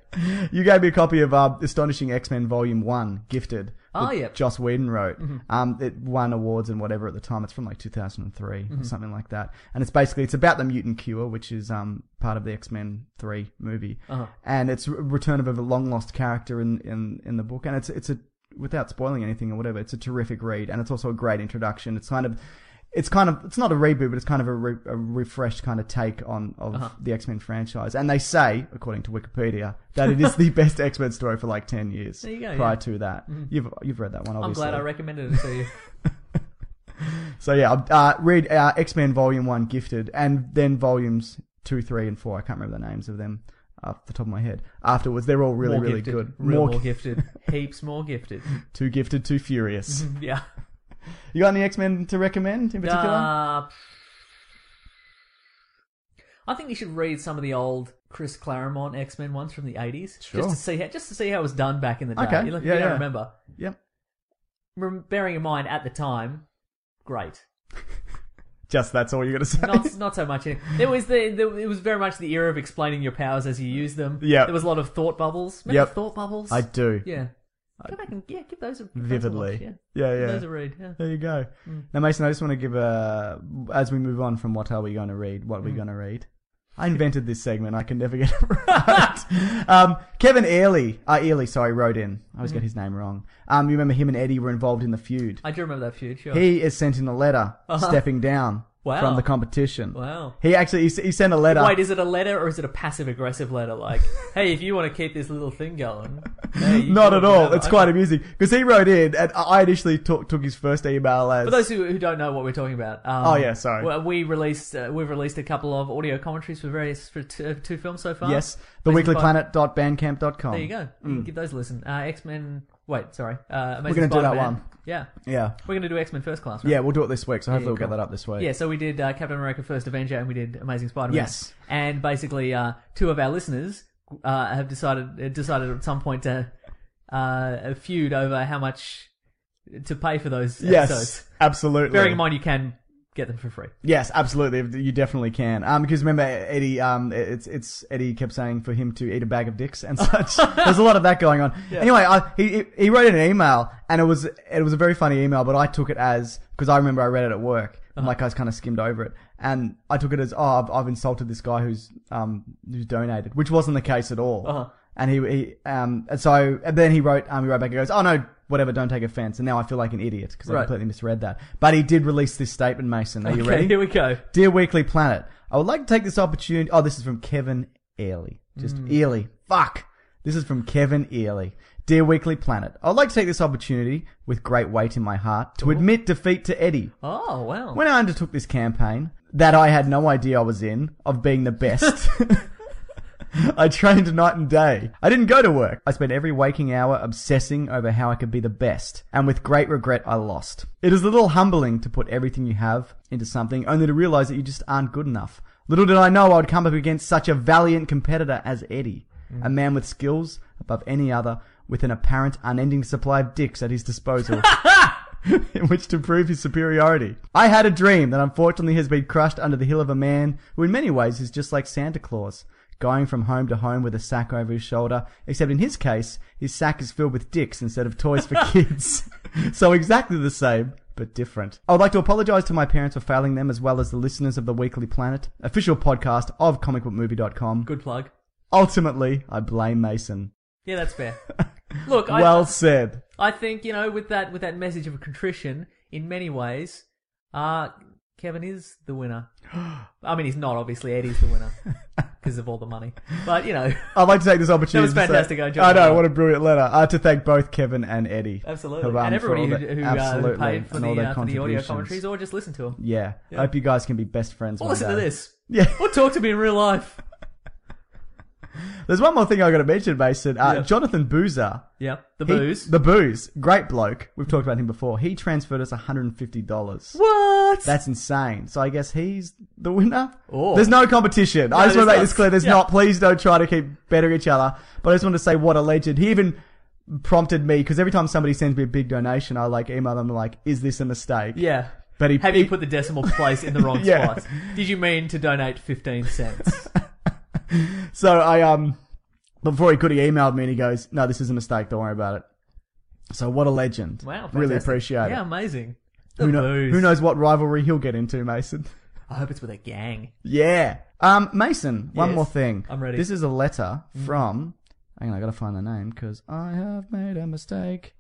you gave me a copy of uh, Astonishing X Men Volume One, gifted.
Oh,
that
yep.
Joss Whedon wrote.
Mm-hmm.
Um, it won awards and whatever at the time. It's from like 2003
Mm-hmm.
or something like that. And it's basically it's about the mutant cure, which is um part of the X Men Three movie.
Uh-huh.
And it's a return of a long lost character in, in in the book. And it's it's a without spoiling anything or whatever. It's a terrific read, and it's also a great introduction. It's kind of it's kind of it's not a reboot, but it's kind of a, re- a refreshed kind of take on of
Uh-huh.
the X Men franchise. And they say, according to Wikipedia, that it is
[LAUGHS]
the best X Men story for like ten years
There you go,
prior
yeah.
to that. You've you've read that one,
Mm-hmm. I'm
obviously.
glad I recommended it to you.
So yeah, uh, read uh, X Men Volume One, Gifted, and then volumes two, three, and four. I can't remember the names of them off the top of my head. Afterwards, they're all really
more
really
gifted.
good.
Real more,
gi-
gifted. Heaps more
[LAUGHS]
gifted. Mm-hmm.
too gifted, too furious.
Yeah.
you got any X Men to recommend in particular?
Uh, I think you should read some of the old Chris Claremont X Men ones from the eighties,
Sure.
just to see how just to see how it was done back in the day.
Okay,
You, look,
yeah,
you don't
yeah.
remember.
yep,
Rem- bearing in mind at the time, great.
just that's all you're gonna say.
Not
[LAUGHS]
not so much. In, there was the, the it was very much the era of explaining your powers as you use them.
Yeah.
there was a lot of thought bubbles. Remember
Yep.
thought bubbles.
I do.
Yeah. Go back and yeah, give those a give those a
Vividly.
watch,
Yeah,
Give
yeah.
Those a read. Yeah.
There you go.
Mm. Mm.
Now, Mason, I just want to give a as we move on from what are we going to read, what we're going to read. I invented this segment. I can never get it [LAUGHS] right. um, Kevin Early, uh, Early, sorry, wrote in. I
Mm.
always get his name wrong. Um, you remember him and Eddie were involved in the feud.
I do remember that feud. Sure.
He is sent in a letter stepping down
Uh-huh. Wow.
from the competition.
Wow.
He actually he, s- he sent a letter.
Wait, is it a letter or is it a passive aggressive letter?
[LAUGHS]
Like, hey, if you want to keep this little thing going, hey, you
Not
can
at all.
whatever.
It's quite
Okay.
amusing because he wrote in, and I initially took took his first email as
For those who, who don't know what we're talking about, um,
Oh, yeah, sorry.
well, We released uh, we've released a couple of audio commentaries for various for t- uh, two films so far.
yes,
Basically,
theweeklyplanet.bandcamp.com.
There you go. You can give those a listen. Uh, X Men. Wait, sorry. Uh, Amazing
Mm. gonna do that
Spider-Man.
one.
Yeah,
Yeah,
we're going to do X Men First Class. Right?
yeah, we'll do it this week. So hopefully we'll
cool.
get that up this week.
Yeah, so we did uh, Captain America: First Avenger, and we did Amazing Spider-Man.
Yes.
and basically, uh, two of our listeners uh, have decided uh, decided at some point to uh, feud over how much to pay for those
Yes,
episodes.
absolutely.
Bearing in mind, you can get them for free.
Yes, absolutely. You definitely can. Um, because remember Eddie, um, it's it's Eddie kept saying for him to eat a bag of dicks
[LAUGHS]
and such. There's a lot of that going on. Anyway, I, he he wrote an email and it was it was a very funny email, but I took it as because I remember I read it at work
Uh-huh.
and like I was kind of skimmed over it and I took it as oh I've, I've insulted this guy who's um who's donated, which wasn't the case at all.
Uh-huh.
And he, he um and so and then he wrote um he wrote back and goes oh no whatever don't take offense and now I feel like an idiot because I
Right.
completely misread that but he did release this statement Mason are you
Okay,
ready
Here we go.
Dear Weekly Planet, I would like to take this opportunity. Oh, this is from Kevin Early. Just
Hmm.
Early. Fuck. This is from Kevin Early. Dear Weekly Planet, I would like to take this opportunity, with great weight in my heart, to admit defeat to Eddie.
Oh wow.
When I undertook this campaign, that I had no idea I was in, of being the best. [LAUGHS] I trained night and day. I didn't go to work. I spent every waking hour obsessing over how I could be the best, and with great regret, I lost. It is a little humbling to put everything you have into something, only to realize that you just aren't good enough. Little did I know I would come up against such a valiant competitor as Eddie, a man with skills above any other, with an apparent unending supply of dicks at his disposal [LAUGHS] in which to prove his superiority. I had a dream that unfortunately has been crushed under the heel of a man who in many ways is just like Santa Claus, going from home to home with a sack over his shoulder, except in his case, his sack is filled with dicks instead of toys
[LAUGHS]
for kids. [LAUGHS] so exactly the same. But different. I would like to apologize to my parents for failing them as well as the listeners of the Weekly Planet, official podcast of comicbookmovie.com.
Good plug.
Ultimately, I blame Mason.
Yeah, that's fair. Look, I,
Well said.
I think you know with that with that message of contrition in many ways, uh, Kevin is the
[GASPS]
winner. I mean, he's not obviously. Eddie's the
[LAUGHS]
winner because of all the money. But you know,
I'd like to take this opportunity.
That was
to say-
fantastic, I
I
jumped on
know,
it.
what a brilliant letter. Uh, to thank both Kevin and Eddie.
absolutely,
Haram
and
for all
everybody
their-
who, who uh,
absolutely,
paid for
and
the,
all their
uh, for the audio
contributions.
commentaries or just listen to them.
Yeah. I hope you guys can be best friends.
Or
one
listen to
day.
this.
[LAUGHS] Yeah.
Or talk to me in real life.
There's one more thing I got to mention, Mason. Uh,
Yeah.
Jonathan Boozer.
Yeah, the
He-
booze.
The booze. Great bloke. We've talked about him before. He transferred us $150.
what?
That's insane. So I guess he's the winner.
Oh.
There's no competition. I just
there's
want to make
not.
this clear. There's
Yeah.
not. Please don't try to keep bettering each other. But I just want to say what a legend. He even prompted me because every time somebody sends me a big donation, I like email them like, "Is this a mistake?"
yeah.
But he
Have
he,
you put the decimal place in the wrong
[LAUGHS] Yeah.
spot? Did you mean to donate fifteen
[LAUGHS]
cents?
so I um before he could, he emailed me and he goes, "No, this is a mistake. Don't worry about it." So what a legend.
Wow,
really
fantastic.
appreciate
Yeah,
it.
amazing. The
Who, kno-
booze.
who knows what rivalry he'll get into, Mason?
I hope it's with a gang.
Yeah. Um, Mason, one
Yes,
more thing.
I'm ready. Mm.
This is a letter from. Hang on, I gotta find the name because I have made a mistake.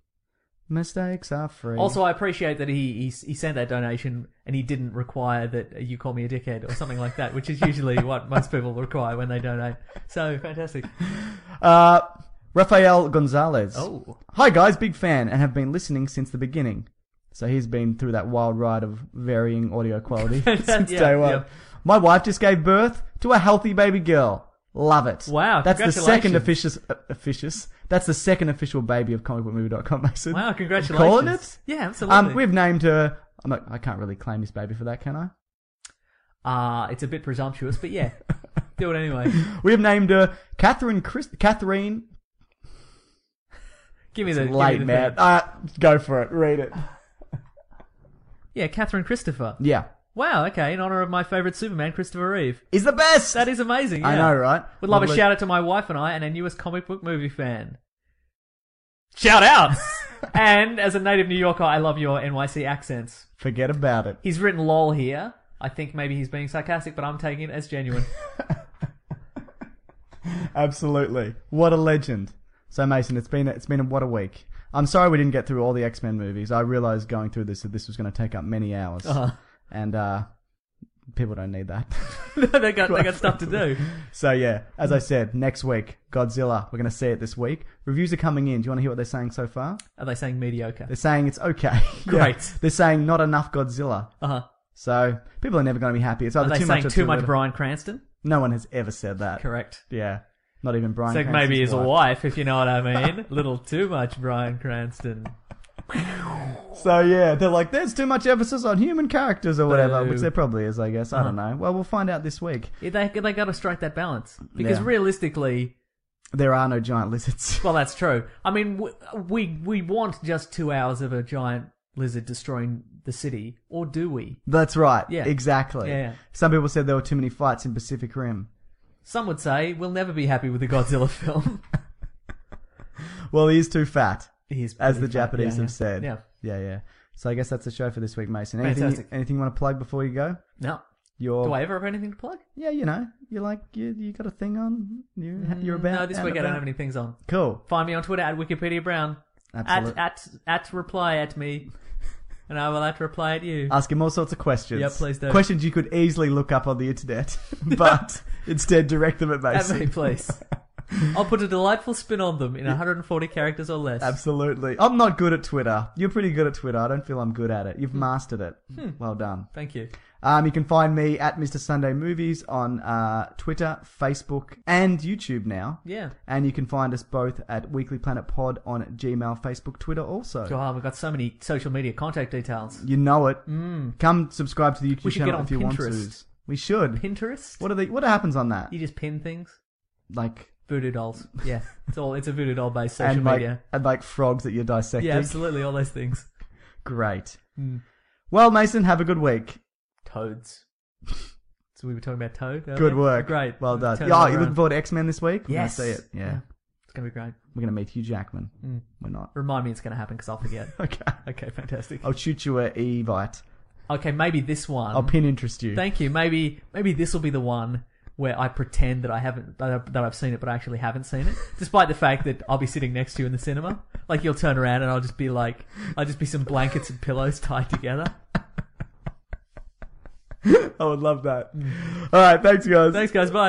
Mistakes are free.
Also, I appreciate that he, he he sent that donation and he didn't require that you call me a dickhead or something like that, which is usually
[LAUGHS]
what most people require when they donate. So fantastic!
uh, Rafael Gonzalez.
Oh,
Hi guys, big fan and have been listening since the beginning. So he's been through that wild ride of varying
[LAUGHS]
audio quality [LAUGHS] since
Yeah,
day one.
yeah.
My wife just gave birth to a healthy baby girl. Love it.
Wow,
That's the second official,
congratulations.
uh, official. That's the second official baby of comicbookmovie.com, Mason.
wow! Congratulations.
Calling it?
Yeah, absolutely.
Um, we've named her. I'm not, I can't really claim this baby for that, can I?
uh, it's a bit presumptuous, but yeah, do it anyway.
We have named her Catherine. Chris, Catherine.
Give me
It's
the give me
late,
the
man.
thing.
Uh, go for it.
[SIGHS]
Read it.
Yeah, Catherine Christopher.
Yeah,
Wow. Okay, in honor of my favorite Superman, Christopher Reeve.
is the best.
That is amazing.
I
yeah.
know, right?
Would love a
Lovely.
shout out to my wife and I and our newest comic book movie fan. Shout out!
[LAUGHS]
and as a native New Yorker, I love your NYC accents.
Forget about it.
He's written lol here. I think maybe he's being sarcastic, but I'm taking it as genuine. [LAUGHS]
Absolutely. What a legend. So Mason, it's been it's been a, what a week. I'm sorry we didn't get through all the X Men movies. I realized going through this that this was going to take up many hours,
Uh-huh.
and uh, people don't need that. [LAUGHS]
they got they got stuff to do.
so yeah, as I said, next week Godzilla. We're going to see it this week. Reviews are coming in. Do you want to hear what they're saying so far?
Are they saying mediocre?
They're saying it's okay. [LAUGHS] Yeah.
Great.
They're saying not enough Godzilla.
Uh huh.
So people are never going to be happy. It's
Are
either
they
too much
saying
or
too much
little.
Brian Cranston?
No one has ever said that.
Correct.
Yeah. Not even Brian.
Except
Cranston's
maybe his
wife.
wife, if you know what I mean. Little too much Brian Cranston.
So yeah, they're like, there's too much emphasis on human characters or whatever,
Boo.
which there probably is, I guess. I don't
uh-huh.
know. Well, we'll find out this week.
Yeah, they they got to strike that balance because
Yeah.
realistically,
There are no giant lizards. [LAUGHS]
well, that's true. I mean, w- we we want just two hours of a giant lizard destroying the city, or do we?
That's right.
Yeah.
Exactly.
Yeah, yeah.
Some people said there were too many fights in Pacific Rim.
Some would say we'll never be happy with the Godzilla [LAUGHS] film.
Well, he is too fat,
He is
as
pretty
the
fat,
Japanese
yeah,
have
yeah.
said.
Yeah.
Yeah, yeah. So I guess that's the show for this week, Mason. Anything,
Fantastic.
anything you want to plug before you go?
No.
Your
Do I ever have anything to plug?
yeah, you know, you like you you got a thing on you you're about
Mm, No, this
out
week I don't
about?
have any things on.
Cool.
Find me on Twitter at Wikipedia Brown. At,
Absolutely.
at at reply at
[LAUGHS]
me, and I will at reply at you.
Ask him all sorts of questions.
Yeah, please do.
Questions you could easily look up on the internet, [LAUGHS]
[LAUGHS]
but instead direct them at
at
Mason.
me,
[LAUGHS]
please. I'll put a delightful spin on them in 140 characters or less.
Absolutely. I'm not good at Twitter. You're pretty good at Twitter. I don't feel I'm good at it. You've
Hmm.
mastered it. Well done.
Thank you.
Um, you can find me at Mr. Sunday Movies on uh, Twitter, Facebook, and YouTube now.
Yeah.
And you can find us both at Weekly Planet Pod on Gmail, Facebook, Twitter also.
God, we've got so many social media contact details.
You know it. Come subscribe to the YouTube
Hmm. We should
channel
get on
if you want
Pinterest.
to. We should.
Pinterest?
what are they? What happens on that?
You just pin things.
Like
Voodoo dolls.
[LAUGHS]
Yeah. It's all. It's a voodoo doll based social
and like,
media.
and like frogs that you're dissecting.
Yeah, absolutely. Hmm. All those things.
Great. Well, Mason, have a good week.
Toads. So we were talking about toad. earlier?
Good work.
Great.
Well done.
Turn
Yeah,
it
you looking
around.
forward to X Men this week? We're
Yes.
Gonna see it. Yeah.
Yeah. It's gonna be great.
We're gonna meet Hugh Jackman. We're not.
Remind me it's gonna happen because I'll
[LAUGHS]
forget.
Okay.
[LAUGHS] okay. Fantastic.
I'll shoot you a evite.
Okay. Maybe this one.
I'll pin interest you.
Um, Thank you. Maybe maybe this will be the one where I pretend that I haven't that I- that I've seen it, but I actually haven't seen
[LAUGHS]
it, despite the fact that I'll be sitting next to you in the cinema. Like you'll turn around and I'll just be like, I'll just be some blankets and pillows tied together.
[LAUGHS] I would love that. All right. Thanks, guys.
Thanks, guys. Bye.